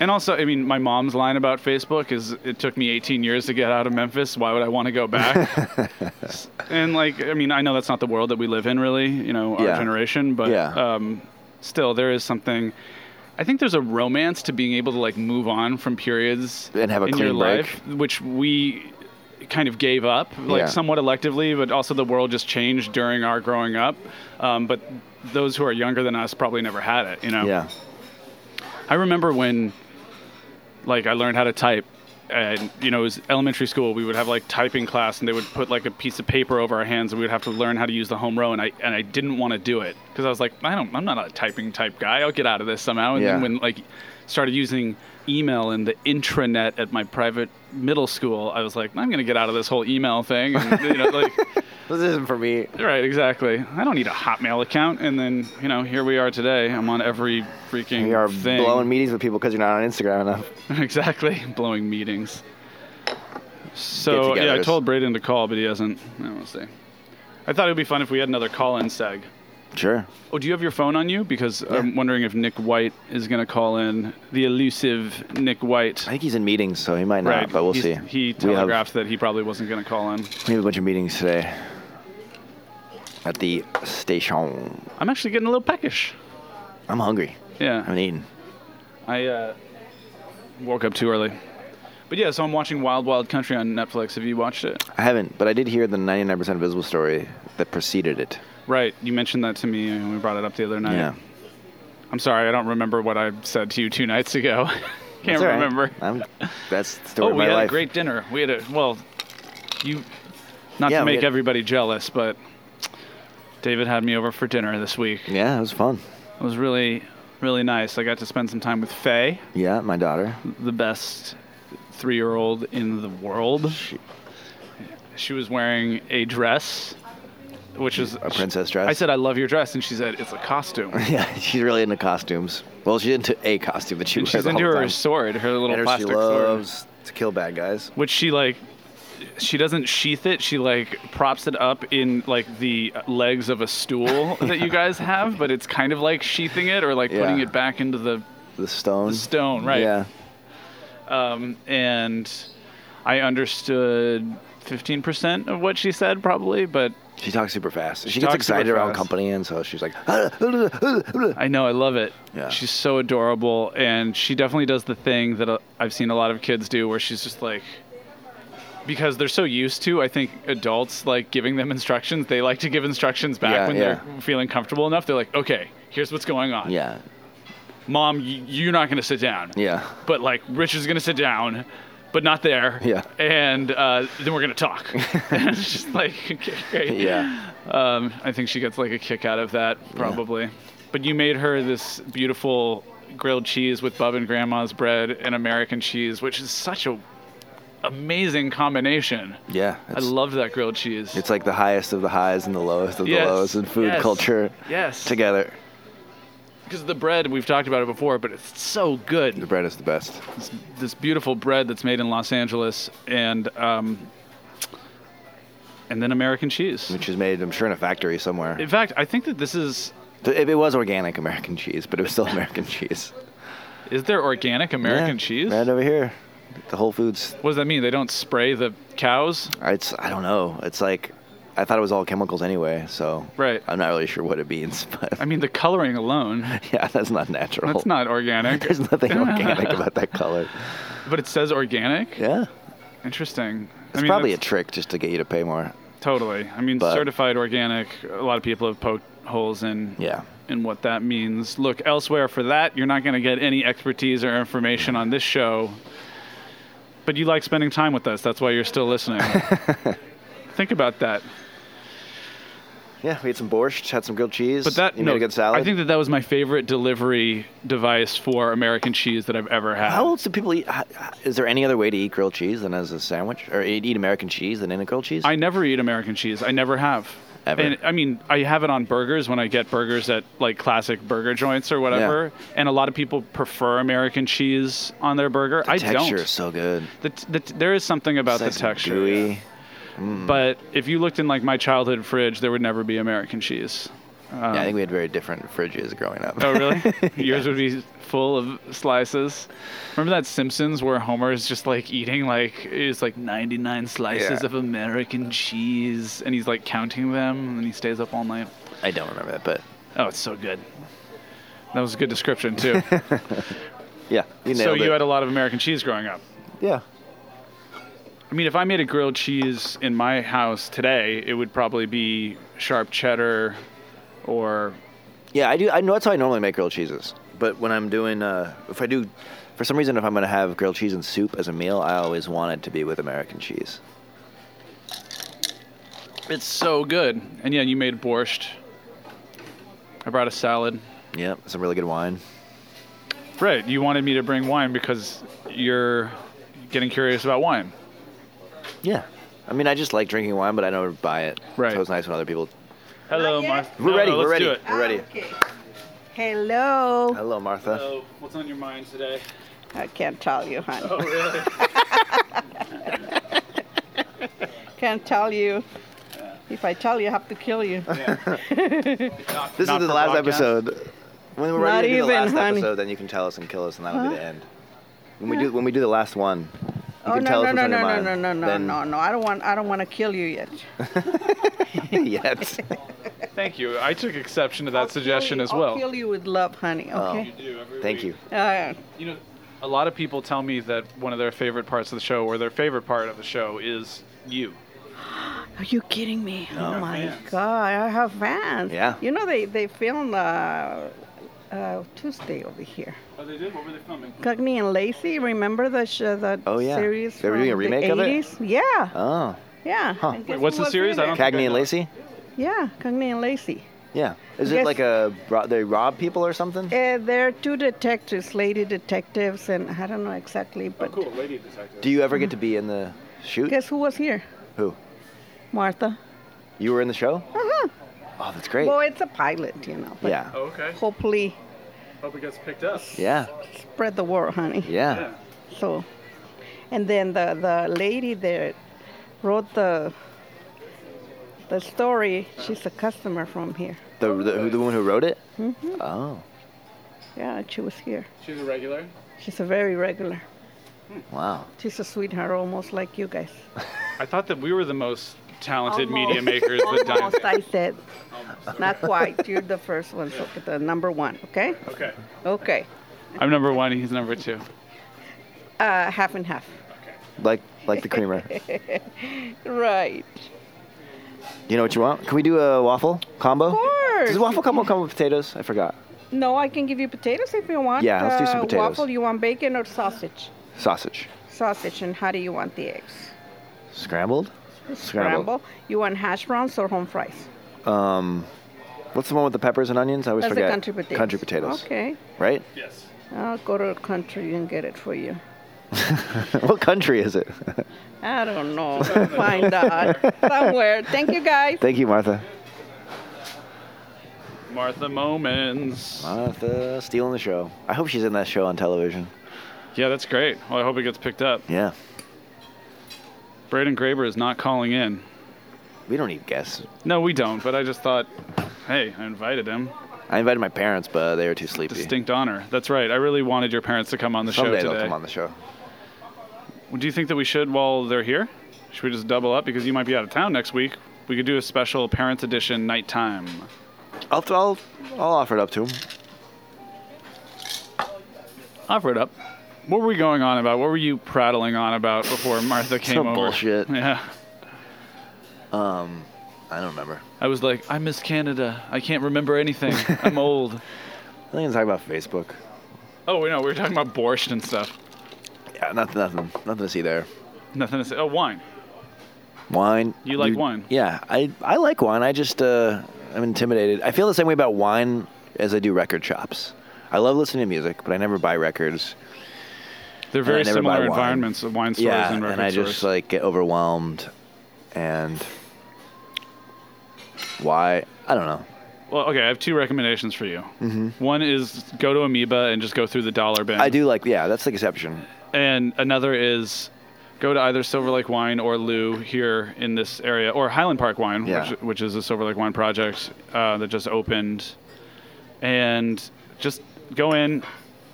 And also, I mean, my mom's line about Facebook is it took me 18 years to get out of Memphis. Why would I want to go back? and like, I mean, I know that's not the world that we live in, really. You know, our
Yeah.
generation, but
Yeah.
um, still, there is something. I think there's a romance to being able to like move on from periods
And have a
in
clean
your
break.
life, which we kind of gave up, like
Yeah.
somewhat electively, but also the world just changed during our growing up. Um, but those who are younger than us probably never had it. You know.
Yeah.
I remember when, like, I learned how to type, and you know, it was elementary school. We would have like typing class, and they would put like a piece of paper over our hands, and we would have to learn how to use the home row. And I and I didn't want to do it because I was like, I don't, I'm not a typing type guy. I'll get out of this somehow. And
Yeah.
then when like started using email and the intranet at my private middle school, I was like, I'm gonna get out of this whole email thing. And, you know, like.
This isn't for me.
Right, exactly. I don't need a Hotmail account, and then you know, here we are today. I'm on every freaking.
You are
thing.
blowing meetings with people because you're not on Instagram enough.
Exactly, blowing meetings. So yeah, I
Get-togethers.
told Braden to call, but he hasn't. I will see. I thought it would be fun if we had another call-in seg.
Sure.
Oh, do you have your phone on you? Because I'm wondering if Nick White is going to call in. The elusive Nick White.
I think he's in meetings, so he might not, but we'll
He's-
see.
He
We have-
telegraphed that he probably wasn't going to call in.
we have a bunch of meetings today at the station.
I'm actually getting a little peckish.
I'm hungry.
Yeah.
I haven't eaten.
I uh, woke up too early. But yeah, so I'm watching Wild Wild Country on Netflix. Have you watched it?
I haven't, but I did hear the 99% invisible story that preceded it.
Right. You mentioned that to me and we brought it up the other night.
Yeah.
I'm sorry, I don't remember what I said to you two nights ago. Can't
It's all right.
remember.
I'm, that's the story
Oh,
of
we
my
had
life.
a great dinner. We had a well, you, not
Yeah,
to
we
make
had-
everybody jealous, but David had me over for dinner this week.
yeah, it was fun.
It was really, really nice. I got to spend some time with Faye,
Yeah, my daughter.
the best three-year-old in the world. She, was wearing a dress, which is
A princess dress.
I said, "I love your dress," and she said, "It's a costume."
Yeah, she's really into costumes. Well, she's into a costume that she
And
wears
she's
all
into
the
her
time.
sword, her little
And her- she
plastic sword.
loves to kill bad guys.
which she like she doesn't sheath it. She like props it up in like the legs of a stool that you guys have, but it's kind of like sheathing it or like putting
Yeah.
it back into the
The stone. The
stone, right?
Yeah.
Um, and I understood 15% of what she said probably, but
She talks super fast. She,
She
gets
talks super
excited around
fast.
company, and so she's like, "Ah,
I know I love it.
Yeah.
She's so adorable, and she definitely does the thing that uh, I've seen a lot of kids do, where she's just like, because they're so used to. I think adults like giving them instructions. They like to give instructions back
Yeah,
when
yeah.
they're feeling comfortable enough. They're like, okay, here's what's going on.
yeah,
Mom, y- you're not gonna sit down.
yeah,
But like, Richard's gonna sit down. But not there.
Yeah.
And uh, then we're gonna talk. And it's just like, okay, great.
yeah.
Um, I think she gets like a kick out of that, probably. But you made her this beautiful grilled cheese with Bub and Grandma's bread and American cheese, which is such a amazing combination.
Yeah.
I
It's,
loved that grilled cheese.
it's like the highest of the highs and the lowest of
Yes,
the lows in food
yes,
culture
yes,
together.
because the bread we've talked about it before, but it's so good.
The bread is the best.
It's this beautiful bread that's made in Los Angeles, and um, and then American cheese.
Which is made, I'm sure, in a factory somewhere.
In fact, I think that this is.
If it was organic American cheese, but it was still American cheese.
Is there organic American
Yeah,
cheese?
right over here, the Whole Foods.
What does that mean? They don't spray the cows?
It's I don't know. It's like I thought it was all chemicals anyway, so
Right.
I'm not really sure what it means, but
I mean, the coloring alone,
yeah, that's not natural.
that's not organic.
There's nothing organic about that color.
But it says organic?
Yeah,
Interesting.
it's probably a
that's-
trick just to get you to pay more.
Totally. I mean,
but-
certified organic, a lot of people have poked holes in.
Yeah,
in what that means. Look elsewhere for that. You're not going to get any expertise or information on this show. But you like spending time with us. That's why you're still listening. Think about that.
yeah. We had some borscht, had some grilled cheese.
But that
you
no,
made a good salad.
I think that that was my favorite delivery device for American cheese that I've ever had.
How else do people eat? how- how- Is there any other way to eat grilled cheese than as a sandwich, or eat eat American cheese than in a grilled cheese?
I never eat American cheese. I never have.
Ever.
And I mean, I have it on burgers when I get burgers at like classic burger joints or whatever. And a lot of people prefer American cheese on their burger. I
Texture
don't.
is so good.
The t- the t- there is something about
It's
the
like
texture.
gooey. Hmm.
But if you looked in like my childhood fridge, there would never be American cheese.
yeah, I think we had very different fridges growing
Um,
up.
Oh, really? Yours would be full of slices. Remember that Simpsons where Homer is just like eating like it's like 99 slices
Yeah.
of American cheese, and he's like counting them, and then he stays up all night.
I don't remember that, but
Oh, it's so good. That was a good description too.
yeah, you
so
nailed
you
it.
had a lot of American cheese growing up.
yeah,
I mean, if I made a grilled cheese in my house today, it would probably be sharp cheddar, or
yeah. I do. I know that's how I normally make grilled cheeses. But when I'm doing, uh, if I do, for some reason, if I'm gonna have grilled cheese and soup as a meal, I always want it to be with American cheese.
it's so good. And yeah, you made borscht. I brought a salad.
Yeah, some really good wine.
Right, you wanted me to bring wine because you're getting curious about wine.
Yeah, I mean, I just like drinking wine, but I don't buy it.
Right.
So it's nice when other people.
Hello,
Not
Martha.
yet.
We're ready.
let's
we're ready.
Do it.
We're ready.
Ah, Okay. Hello.
Hello, Martha.
So, what's on your mind today?
I can't tell you, honey.
Oh, really?
Can't tell you. If I tell you, I have to kill you.
This
Not
is
for
the last
podcast?
episode. When we're
Not
ready to do the
even,
last
honey.
episode, then you can tell us and kill us, and that'll be the end. When we do when we do the last one, you
oh
can
no
tell
no
us
no
what's
no
on
no
your
no
mind.
no no
Then-
no no! I don't want I don't want to kill you yet.
Yet.
Thank you. I took exception to that
I'll kill
suggestion
you-
as
I'll
well.
kill you with love, honey.
Oh.
You
Okay.
do every
Thank
week.
you.
Uh,
You know, a lot of people tell me that one of their favorite parts of the show, or their favorite part of the show, is you.
are you kidding me?
No.
Oh my
Fans.
God! I have fans.
Yeah.
You know they they filmed uh, uh, Tuesday over here.
Oh, they did. What were they filming?
Cagney and Lacey. Remember the sh- the
Oh, yeah.
series?
They were doing a
from
remake
the
of it?
80s? Yeah.
Oh,
yeah.
Huh.
And
Wait,
guess
what's
who
the
was
series?
in
I
it?
don't- think
Cagney
know.
and Lacey.
Yeah, Cagney and Lacey.
Yeah. Is it
Yes.
like a bro- they rob people or something?
Uh, there are two detectives, lady detectives, and I don't know exactly, but
Oh, Lady Detective.
Do you ever get to be in the shoot?
guess who was here?
Who?
Martha.
You were in the show? Uh-huh. Oh, that's great.
Well, it's a pilot, you know. But
yeah.
Oh, okay.
Hopefully,
Hope it gets picked up.
Yeah.
spread the word, honey.
Yeah.
Yeah.
So, and then the the lady there, wrote the the story. She's a customer from here.
The the, who, the one who wrote it.
Mm-hmm.
Oh,
Yeah, she was here.
She's a regular.
She's a very regular.
wow.
She's a sweetheart, almost like you guys.
I thought that we were the most talented
Almost.
media makers that
Almost,
Dime.
I said. Not quite. You're the first one, so the number one. Okay.
Okay.
Okay.
I'm number one. He's number two.
Uh, half and half.
Like like the creamer.
Right.
you know what you want? Can we do a waffle combo?
Of course.
Does waffle combo come with potatoes? I forgot.
No, I can give you potatoes if you want.
Yeah, let's do some
Uh,
potatoes.
Waffle, you want bacon or sausage?
Sausage.
Sausage, and how do you want the eggs?
Scrambled.
Scramble. You want hash browns or home fries?
Um, what's the one with the peppers and onions? I always
That's
forget.
the country potatoes.
Country potatoes.
Okay.
Right?
Yes.
I'll go to the country and get it for you.
what country is it?
I don't know. Find out somewhere. Thank you, guys.
Thank you, Martha.
Martha Moments.
Martha stealing the show. I hope she's in that show on television.
Yeah, that's great. Well, I hope it gets picked up.
Yeah.
Braden Graber is not calling in.
We don't need guests.
No, we don't. But I just thought, hey, I invited him.
I invited my parents, but they were too sleepy.
Distinct honor. That's right. I really wanted your parents to come on the
Someday
show
they'll
today.
come on the show.
Do you think that we should while they're here? Should we just double up because you might be out of town next week? We could do a special parents edition nighttime.
I'll, I'll, I'll offer it up to them.
Offer it up. What were we going on about? What were you prattling on about before Martha came
Some
over?
bullshit.
Yeah.
I don't remember.
I was like, I miss Canada. I can't remember anything. I'm old.
I think it's talking about Facebook.
Oh, we know. We were talking about borscht and stuff.
Yeah, nothing, nothing, nothing to see there.
Nothing to say. Oh, wine.
Wine.
You like wine?
Yeah, I, I like wine. I just uh, I'm intimidated. I feel the same way about wine as I do record shops. I love listening to music, but I never buy records.
They're very
never buy
similar
wine.
environments of wine stores
yeah,
and record
and I just
stores.
like get overwhelmed, and why I don't know.
well, okay, I have two recommendations for you. One is go to Amoeba and just go through the dollar bin.
I do like yeah, that's the exception.
And another is go to either Silver Lake Wine or Lou here in this area, or Highland Park Wine,
Yeah.
which, which is a Silver Lake Wine project uh, that just opened. And just go in,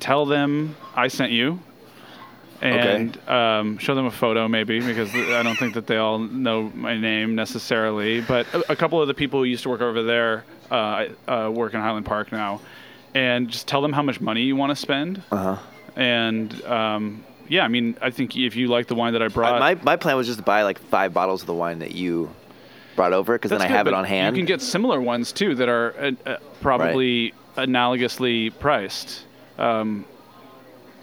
tell them I sent you, and um, show them a photo maybe, because I don't think that they all know my name necessarily. But a, a couple of the people who used to work over there uh, uh, work in Highland Park now. And just tell them how much money you want to spend
Uh huh.
and um, yeah, I mean, I think if you like the wine that I brought,
my my plan was just to buy like five bottles of the wine that you brought over because then
that's
I
good,
have it
but
on hand.
You can get similar ones too that are uh, uh, probably analogously priced. Um,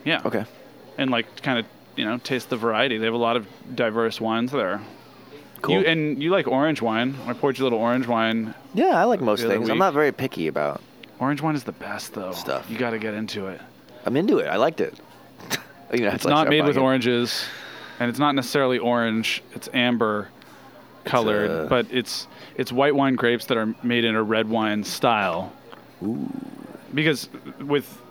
yeah.
okay.
And like, kind of, you know, taste the variety. They have a lot of diverse wines there.
Cool.
You, and you like orange wine? I poured you a little orange wine.
yeah, I like most
the other
things. I'm
week.
not very picky about.
Orange wine is the best though.
Stuff.
You got to get into it.
I'm into it. I liked it. you know,
It's not made with
orange.
oranges, and it's not necessarily orange. It's amber colored,
uh,
but it's it's white wine grapes that are made in a red wine style. Because with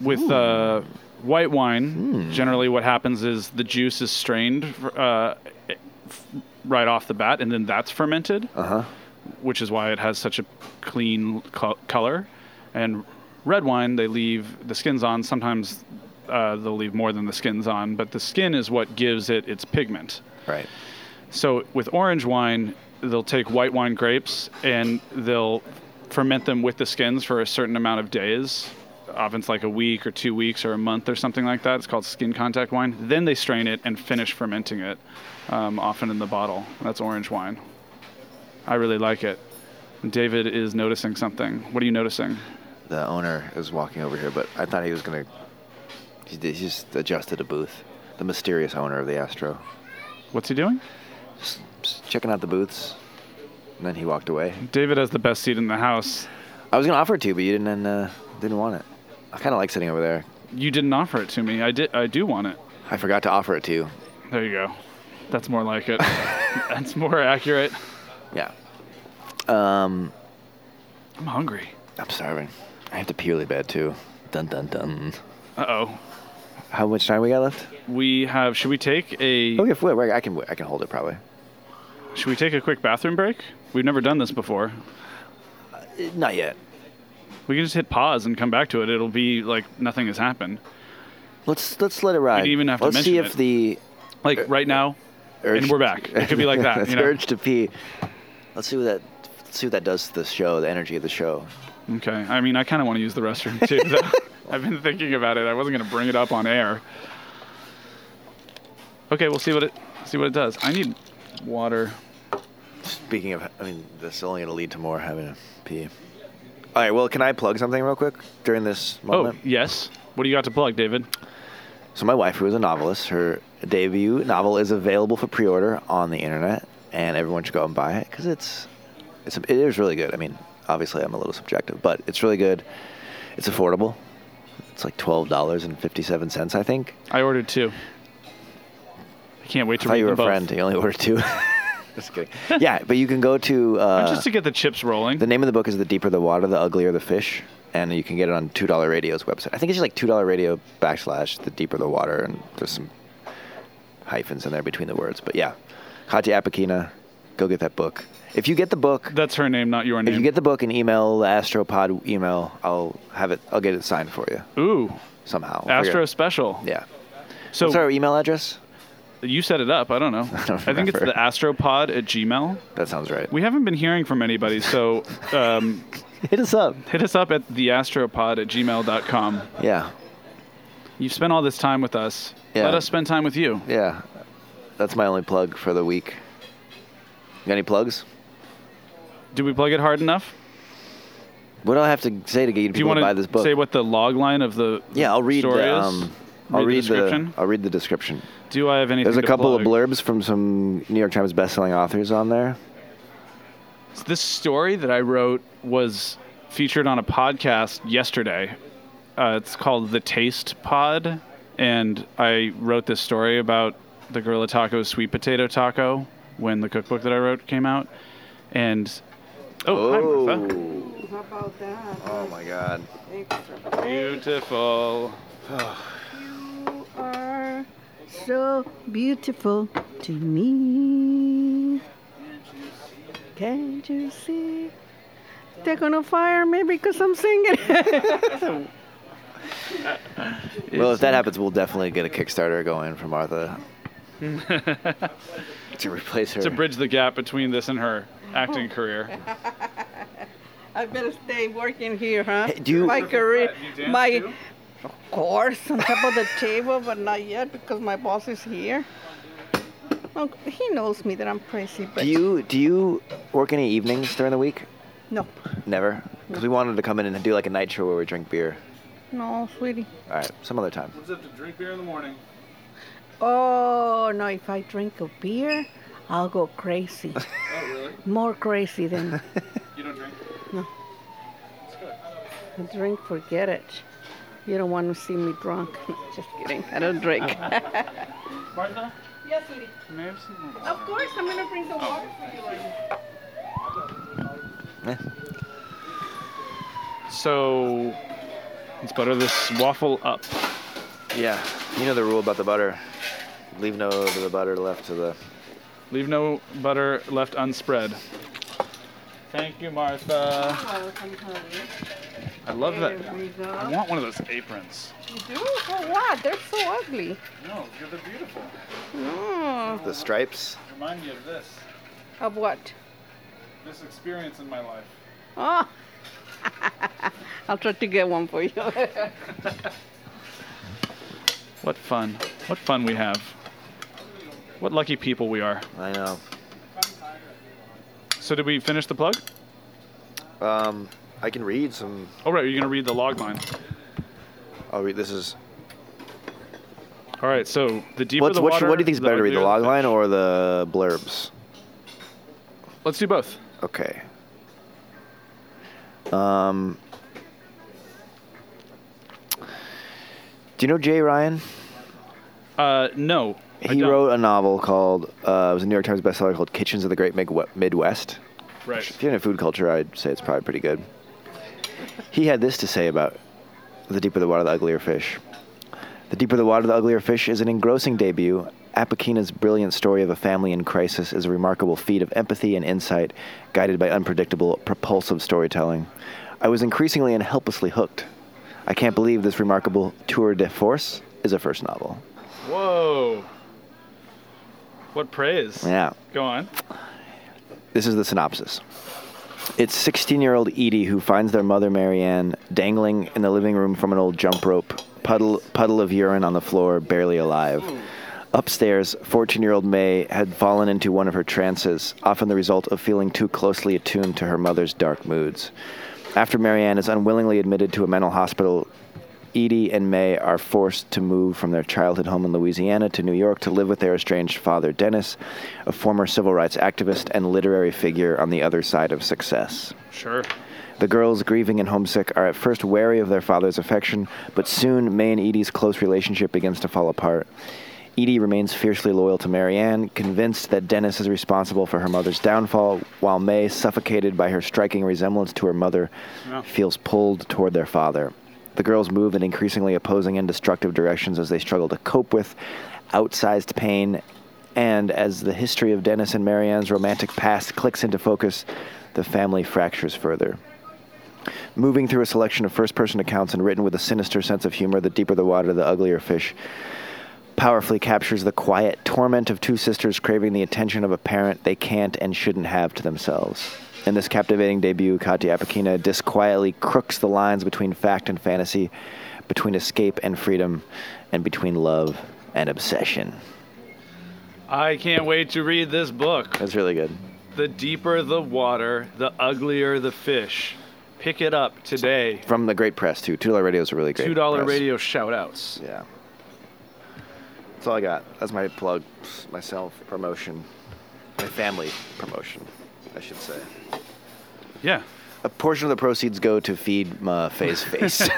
with uh, white wine, generally what happens is the juice is strained uh, f- right off the bat, and then that's fermented,
Uh huh.
which is why it has such a clean co- color. And red wine, they leave the skins on. Sometimes uh, they'll leave more than the skins on, but the skin is what gives it its pigment.
Right.
So with orange wine, they'll take white wine grapes and they'll ferment them with the skins for a certain amount of days. Often it's like a week or two weeks or a month or something like that. It's called skin contact wine. Then they strain it and finish fermenting it, um, often in the bottle. That's orange wine. I really like it. David is noticing something. What are you noticing?
The owner is walking over here, but I thought he was gonna. He he just adjusted a booth. The mysterious owner of the Astro,
What's he doing?
just, just checking out the booths, and then he walked away.
David has the best seat in the house.
I was gonna offer it to you, but you didn't. Uh, didn't want it. I kind of like sitting over there.
You didn't offer it to me. I did. I do want it.
I forgot to offer it to you.
There you go. That's more like it. That's more accurate.
Yeah. Um,
I'm hungry.
I'm starving. I have to pee really bad too. Dun dun dun.
Uh oh.
How much time we got left?
We have. Should we take a?
Okay, wait, wait, I can I can hold it probably.
Should we take a quick bathroom break? We've never done this before.
Eh, Not yet.
We can just hit pause and come back to it. It'll be like nothing has happened.
Let's let's let it ride.
didn't even have to
let's see
mention
if
it.
the
Like right now,
urge
and we're back. It could be like that.
That's
you know?
urge to pee. Let's see what that let's see what that does to the show, the energy of the show.
Okay. I mean, I kind of want to use the restroom too. though. I've been thinking about it. I wasn't going to bring it up on air. Okay, we'll see what it see what it does. I need water.
Speaking of, I mean, this is only going to lead to more having to pee. All right. Well, can I plug something real quick during this
Oh,
moment?
yes. What do you got to plug, David?
So my wife, who is a novelist, her debut novel is available for pre-order on the internet, and everyone should go out and buy it because it's, it's it is really good. I mean, obviously I'm a little subjective, but it's really good. It's affordable. It's like twelve dollars and fifty-seven cents, I think.
I ordered two. I can't wait
I
to
thought
read
you were
them
a
both.
friend. You only ordered two. just kidding. Yeah, but you can go to. Uh,
Just to get the chips rolling.
The name of the book is The Deeper the Water, The Uglier the Fish, and you can get it on Two Dollar Radio's website. I think it's just like Two Dollar Radio backslash The Deeper the Water, and there's some hyphens in there between the words. But yeah, Katya Apakina, go get that book. If you get the book,
That's her name, not your
if
name.
you get the book and email the Astropod email, I'll have it. I'll get it signed for you
Ooh,
somehow. I'll figure
Astro
it-
Special.
Yeah.
So
What's our email address?
you set it up. I don't know. I,
don't
think it's
remember.
the Astropod at Gmail.
That sounds right.
We haven't been hearing from anybody, so um,
Hit us up.
hit us up at theastropod at gmail.com.
Yeah.
You've spent all this time with us.
Yeah.
Let us spend time with you.
Yeah. That's my only plug for the week. You got any plugs?
Did we plug it hard enough?
What do I have to say to get you
Do you
people to buy
want
this
to
book?
say what the log line of the
yeah, I'll read
story
the.
is?
Um, I'll
the
read
description.
I'll read the description.
Do I have anything?
There's a
to
couple of
plug?
blurbs from some New York Times best-selling authors on there.
This story that I wrote was featured on a podcast yesterday. Uh, it's called The Taste Pod, and I wrote this story about the Gorilla Taco's sweet potato taco when the cookbook that I wrote came out. And oh, hi Martha,
How about that?
Oh my God.
Extra.
beautiful.
You are so beautiful to me. Can't you see? They're gonna fire me because I'm singing.
Well, if that happens, we'll definitely get a Kickstarter going for Martha to replace her.
to bridge the gap between this and her acting career.
I better stay working here, huh?
Hey, do you-
my career,
Fred, you dance
my
too?
of course on top of the table, but not yet because my boss is here. Look, he knows me that I'm crazy, but
do you do you work any evenings during the week?
no,
Never, because we wanted to come in and do like a night show where we drink beer.
no, sweetie.
All right, some other time.
Let's have to drink beer in the morning.
Oh no, if I drink a beer, I'll go crazy,
Oh, really?
more crazy than
You don't drink?
a drink. Forget it. You don't want to see me drunk. Just kidding. I don't drink.
Uh-huh.
Martha?
yes, sweetie.
May I have some?
Of course, I'm gonna bring the water for you.
Eh.
So let's butter this waffle up.
Yeah, you know the rule about the butter. Leave no to the butter left to the.
Leave no butter left unspread. Thank you, Martha.
Welcome, honey.
I love
There we
that.
go.
I want one of those aprons.
You do? For what? They're oh, so ugly.
No, they're beautiful.
Mm.
The stripes.
Remind me of this,
Of what?
this experience in my life.
Oh. I'll try to get one for you.
What fun. What fun we have. What lucky people we are.
I know.
So did we finish the plug?
Um, I can read some.
Oh right, you're gonna read the log line.
I'll read. This is.
All right, so the deeper
What's,
the
what,
water,
what do you think is
the
better to read, the
uglier
log
fish.
line or the blurbs?
Let's do both.
Okay. Um. Do you know Jay Ryan?
Uh, no. I
He
don't.
wrote a novel called. Uh, it was a New York Times bestseller called "Kitchens of the Great Mig- Midwest."
Right.
If you're into food culture, I'd say it's probably pretty good. He had this to say about the deeper the water, the uglier fish. The deeper the water, the uglier fish is an engrossing debut. Apokina's brilliant story of a family in crisis is a remarkable feat of empathy and insight, guided by unpredictable, propulsive storytelling. I was increasingly and helplessly hooked. I can't believe this remarkable tour de force is a first novel.
Whoa. What praise.
Yeah.
Go on.
This is the synopsis. It's 16 year old Edie who finds their mother, Marianne, dangling in the living room from an old jump rope, puddle, puddle of urine on the floor, barely alive. Upstairs, 14 year old May had fallen into one of her trances, often the result of feeling too closely attuned to her mother's dark moods. After Marianne is unwillingly admitted to a mental hospital, Edie and May are forced to move from their childhood home in Louisiana to New York to live with their estranged father, Dennis, a former civil rights activist and literary figure on the other side of success.
Sure.
The girls, grieving and homesick, are at first wary of their father's affection, but soon May and Edie's close relationship begins to fall apart. Edie remains fiercely loyal to Marianne, convinced that Dennis is responsible for her mother's downfall, while May, suffocated by her striking resemblance to her mother,
Yeah.
feels pulled toward their father. The girls move in increasingly opposing and destructive directions as they struggle to cope with outsized pain, and as the history of Dennis and Marianne's romantic past clicks into focus, the family fractures further. Moving through a selection of first person accounts and written with a sinister sense of humor, the deeper the water, the uglier fish powerfully captures the quiet torment of two sisters craving the attention of a parent they can't and shouldn't have to themselves. In this captivating debut, Katya Apakina disquietly crooks the lines between fact and fantasy, between escape and freedom, and between love and obsession.
I can't wait to read this book.
That's really good.
The deeper the water, the uglier the fish. Pick it up today.
From the great press, too. $2 radio is a really great
Two dollar
press.
radio shout outs.
Yeah. That's all I got. That's my plug, my self promotion, my family promotion, I should say.
Yeah.
A portion of the proceeds go to feed my face face.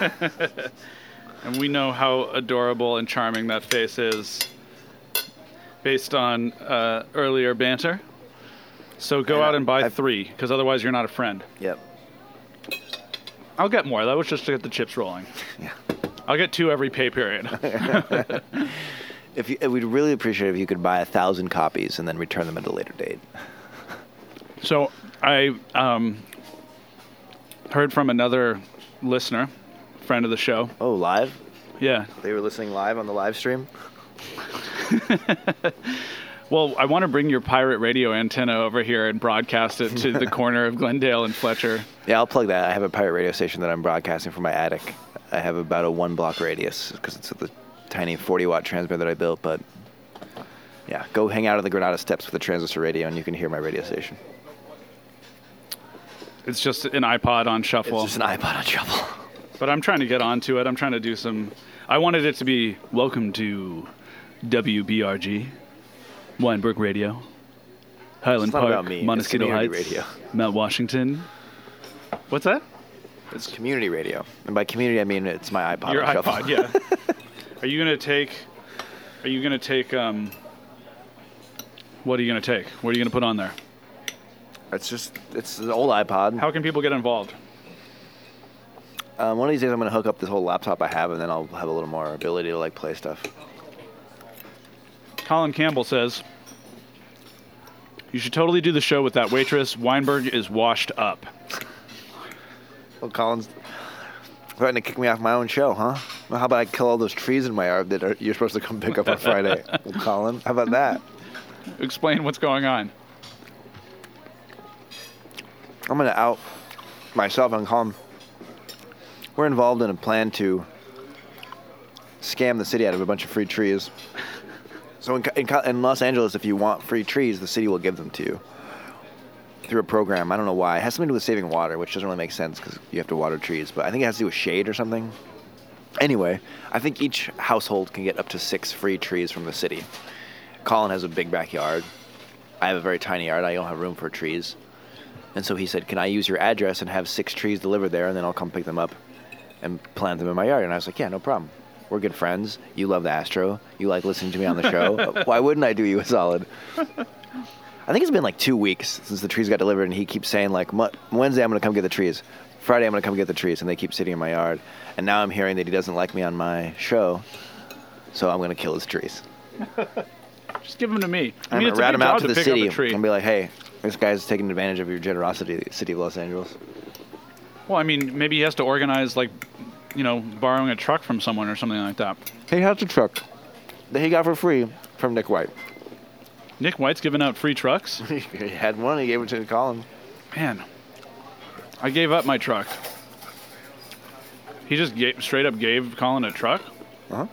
And we know how adorable and charming that face is based on uh, earlier banter. So go
And
out
I-
and buy
I-
three, because otherwise you're not a friend.
yep.
I'll get more. That was just to get the chips rolling.
Yeah.
I'll get two every pay period.
If you, we'd really appreciate it if you could buy a thousand copies and then return them at a later date.
so I um, heard from another listener, friend of the show.
Oh, live?
Yeah,
They were listening live on the live stream.
Well, I want to bring your pirate radio antenna over here and broadcast it to the corner of Glendale and Fletcher.
Yeah, I'll plug that. I have a pirate radio station that I'm broadcasting from my attic. I have about a one block radius because it's the tiny 40 watt transmitter that I built. But yeah, go hang out on the Granada steps with a transistor radio and you can hear my radio station.
It's just an iPod on
It's
shuffle.
just an iPod on trouble.
But I'm trying to get onto it. I'm trying to do some. I wanted it to be welcome to WBRG, Weinberg Radio, Highland
It's not
Park,
about me. It's
Montecito
community
Heights,
radio.
Mount Washington. What's that?
It's community radio. And by community, I mean it's my iPod
your
on shuffle.
iPod. Yeah. are you gonna take? Are you gonna take? Um, what are you gonna take? What are you gonna put on there?
It's just, it's an old iPod.
How can people get involved?
Um, one of these days, I'm gonna hook up this whole laptop I have, and then I'll have a little more ability to like play stuff.
Colin Campbell says, You should totally do the show with that waitress. Weinberg is washed up.
Well, Colin's threatening to kick me off my own show, huh? Well, how about I kill all those trees in my yard that are, you're supposed to come pick up on Friday? well, Colin, how about that?
Explain what's going on.
I'm gonna out myself and Colin. We're involved in a plan to scam the city out of a bunch of free trees. So in, Co- in, Co- in Los Angeles, if you want free trees, the city will give them to you through a program. I don't know why. It has something to do with saving water, which doesn't really make sense because you have to water trees. But I think it has to do with shade or something. Anyway, I think each household can get up to six free trees from the city. Colin has a big backyard. I have a very tiny yard. I don't have room for trees. And so he said, Can I use your address and have six trees delivered there and then I'll come pick them up and plant them in my yard? And I was like, Yeah, no problem. We're good friends. You love the Astro. You like listening to me on the show. Why wouldn't I do you a solid? I think it's been like two weeks since the trees got delivered, and he keeps saying like, "Mo- "Wednesday I'm gonna come get the trees, Friday I'm gonna come get the trees," and they keep sitting in my yard. And now I'm hearing that he doesn't like me on my show, so I'm gonna kill his trees.
Just give them to me. I
I'm
mean,
gonna
it's a
rat
big
him
job
out to the
pick Up
city
a tree.
and be like, "Hey, this guy's taking advantage of your generosity, city of Los Angeles."
well, I mean, maybe he has to organize like, you know, borrowing a truck from someone or something like that.
He has a truck that he got for free from Nick White.
Nick White's giving out free trucks.
he had one. He gave it to Colin.
Man, I gave up my truck. He just gave, straight up gave Colin a truck
Uh huh.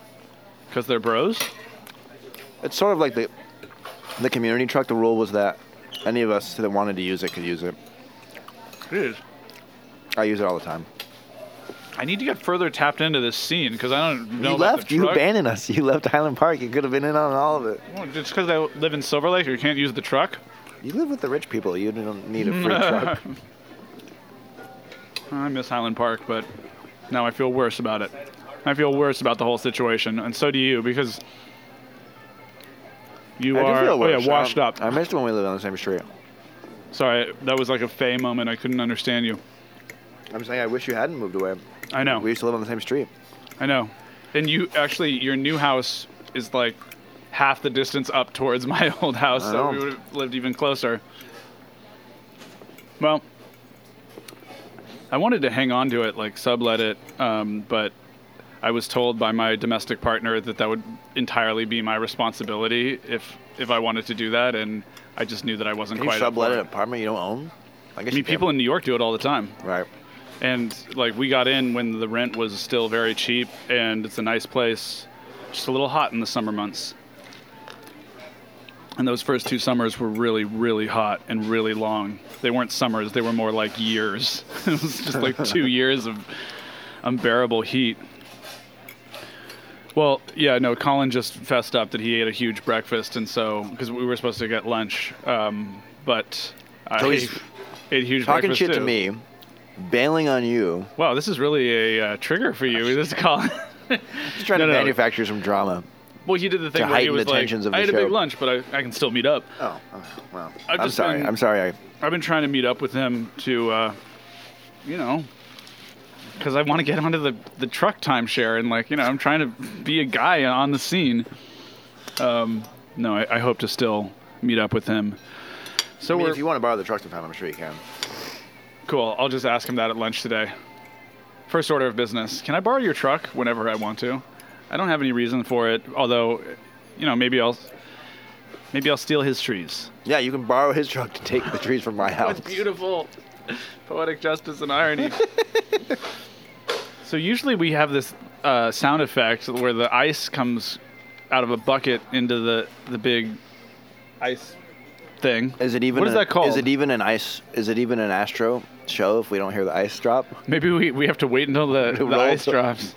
because they're bros.
It's sort of like the the community truck. The rule was that any of us that wanted to use it could use it.
Dude,
I use it all the time.
I need to get further tapped into this scene because I don't know.
you
about
left.
The
You
truck.
abandoned us. You left Highland Park. You could have been in on all of it.
Well, Just because I live in Silver Lake, you can't use the truck.
You live with the rich people. You don't need a free truck.
I miss Highland Park, but now I feel worse about it. I feel worse about the whole situation, and so do you because you
I do
are
feel
oh
worse.
yeah, washed
I-
up.
I missed when we lived on the same street.
Sorry, that was like a Fey moment. I couldn't understand you.
I'm saying I wish you hadn't moved away.
I know.
We used to live on the same street.
I know. And you actually, your new house is like half the distance up towards my old house,
I
so we
know.
would have lived even closer. Well, I wanted to hang on to it, like sublet it, um, but I was told by my domestic partner that that would entirely be my responsibility if if I wanted to do that, and I just knew that I wasn't
Can you
quite. up
sublet
for
an
it.
apartment you don't own? I guess
I mean, people in New York do it all the time.
right.
And like we got in when the rent was still very cheap, and it's a nice place. Just a little hot in the summer months. And those first two summers were really, really hot and really long. They weren't summers; they were more like years. it was just like two years of unbearable heat. Well, yeah, no. Colin just fessed up that he ate a huge breakfast, and so because we were supposed to get lunch, um, but I
So
ate,
he's
ate a huge
Talking
breakfast
shit to
too.
me, bailing on you,
Wow, this is really a uh, trigger for you. This call.
just trying
No,
to
no, no.
manufacture some drama.
well, you did the thing
To
where he
heighten
was
the
like,
tensions of
"I
the
had a
show."
big lunch, but I, I can still meet up."
Oh, well.
I've
I'm
just
sorry.
been-
I'm sorry. I,
I've been trying to meet up with him to, uh, you know, because I want to get onto the the truck timeshare and like, you know, I'm trying to be a guy on the scene. Um, no, I, I hope to still meet up with him. So
I mean,
we're
if you want to borrow the truck sometime, I'm sure you can.
cool. I'll just ask him that at lunch today. First order of business: Can I borrow your truck whenever I want to? I don't have any reason for it, although, you know, maybe I'll maybe I'll steal his trees.
Yeah, you can borrow his truck to take the trees from my house.
That's beautiful. Poetic justice and irony. so usually we have this uh, sound effect where the ice comes out of a bucket into the the big ice thing.
Is it even?
What is
an-
that called?
Is it even an ice? Is it even an Astro show if we don't hear the ice drop?
Maybe we, we have to wait until the, the
roll
ice
to-
drops.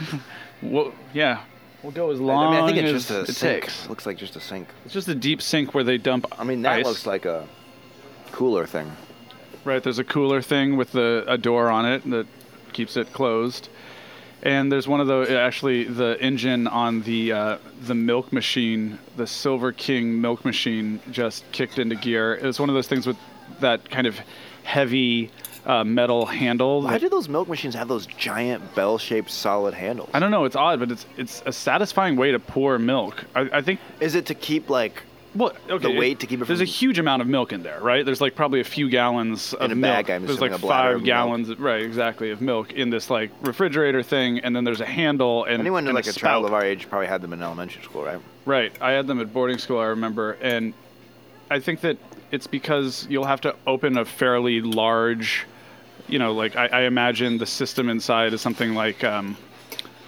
well, yeah. We'll go as long
I mean, I think it's
as
just a
it
sink.
takes.
Looks like just a sink.
It's just a deep sink where they dump.
I mean, that
ice.
looks like a cooler thing.
Right, there's a cooler thing with the, a door on it that keeps it closed. And there's one of the actually the engine on the uh, the milk machine, the Silver King milk machine, just kicked into gear. It was one of those things with that kind of heavy uh, metal handle.
Why
that-
do those milk machines have those giant bell-shaped solid handles?
I don't know. It's odd, but it's it's a satisfying way to pour milk. I, I think
Is it to keep like
Well, okay.
weight to keep it
There's
from-
a huge amount of milk in there, right? There's like probably a few gallons of
In a
milk.
bag, I'm
there's
assuming
like
a bladder
five
of milk.
gallons, right? Exactly, of milk in this like refrigerator thing, and then there's a handle and
anyone
and
like a,
spout.
child of our age probably had them in elementary school, right?
Right. I had them at boarding school, I remember. And I think that it's because you'll have to open a fairly large, you know, like I, I imagine the system inside is something like, um,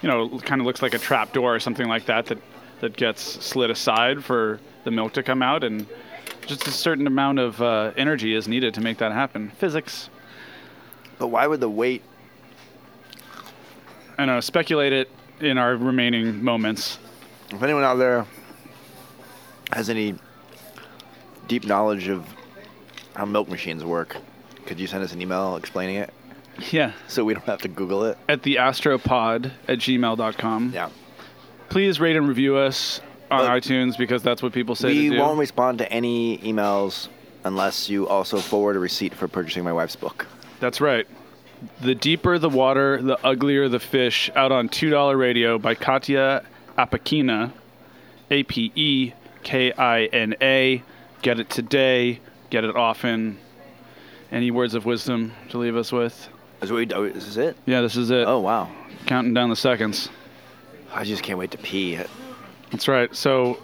you know, kind of looks like a trap door or something like that that, that gets slid aside for the milk to come out. And just a certain amount of uh, energy is needed to make that happen. Physics.
But why would the weight?
I don't know, speculate it in our remaining moments.
If anyone out there has any deep knowledge of how milk machines work, could you send us an email explaining it
Yeah.
so we don't have to Google it?
At the astropod at gmail.com.
Yeah.
please rate and review us on
Look,
iTunes because that's what people say
We
to do.
won't respond to any emails unless you also forward a receipt for purchasing my wife's book.
that's right. The deeper the water, the uglier the fish. Out on two dollar radio by Katya Apakina, A P E K I N A. Get it today, get it often. Any words of wisdom to leave us with?
Is, what we, oh, is this it?
Yeah, this is it.
Oh, wow.
Counting down the seconds.
I just can't wait to pee.
That's right. So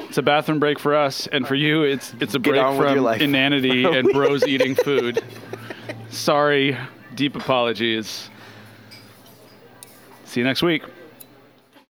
it's a bathroom break for us, and for you, it's it's a
Get
break
on with your
from
life.
inanity and bros eating food. Sorry, deep apologies. See you next week.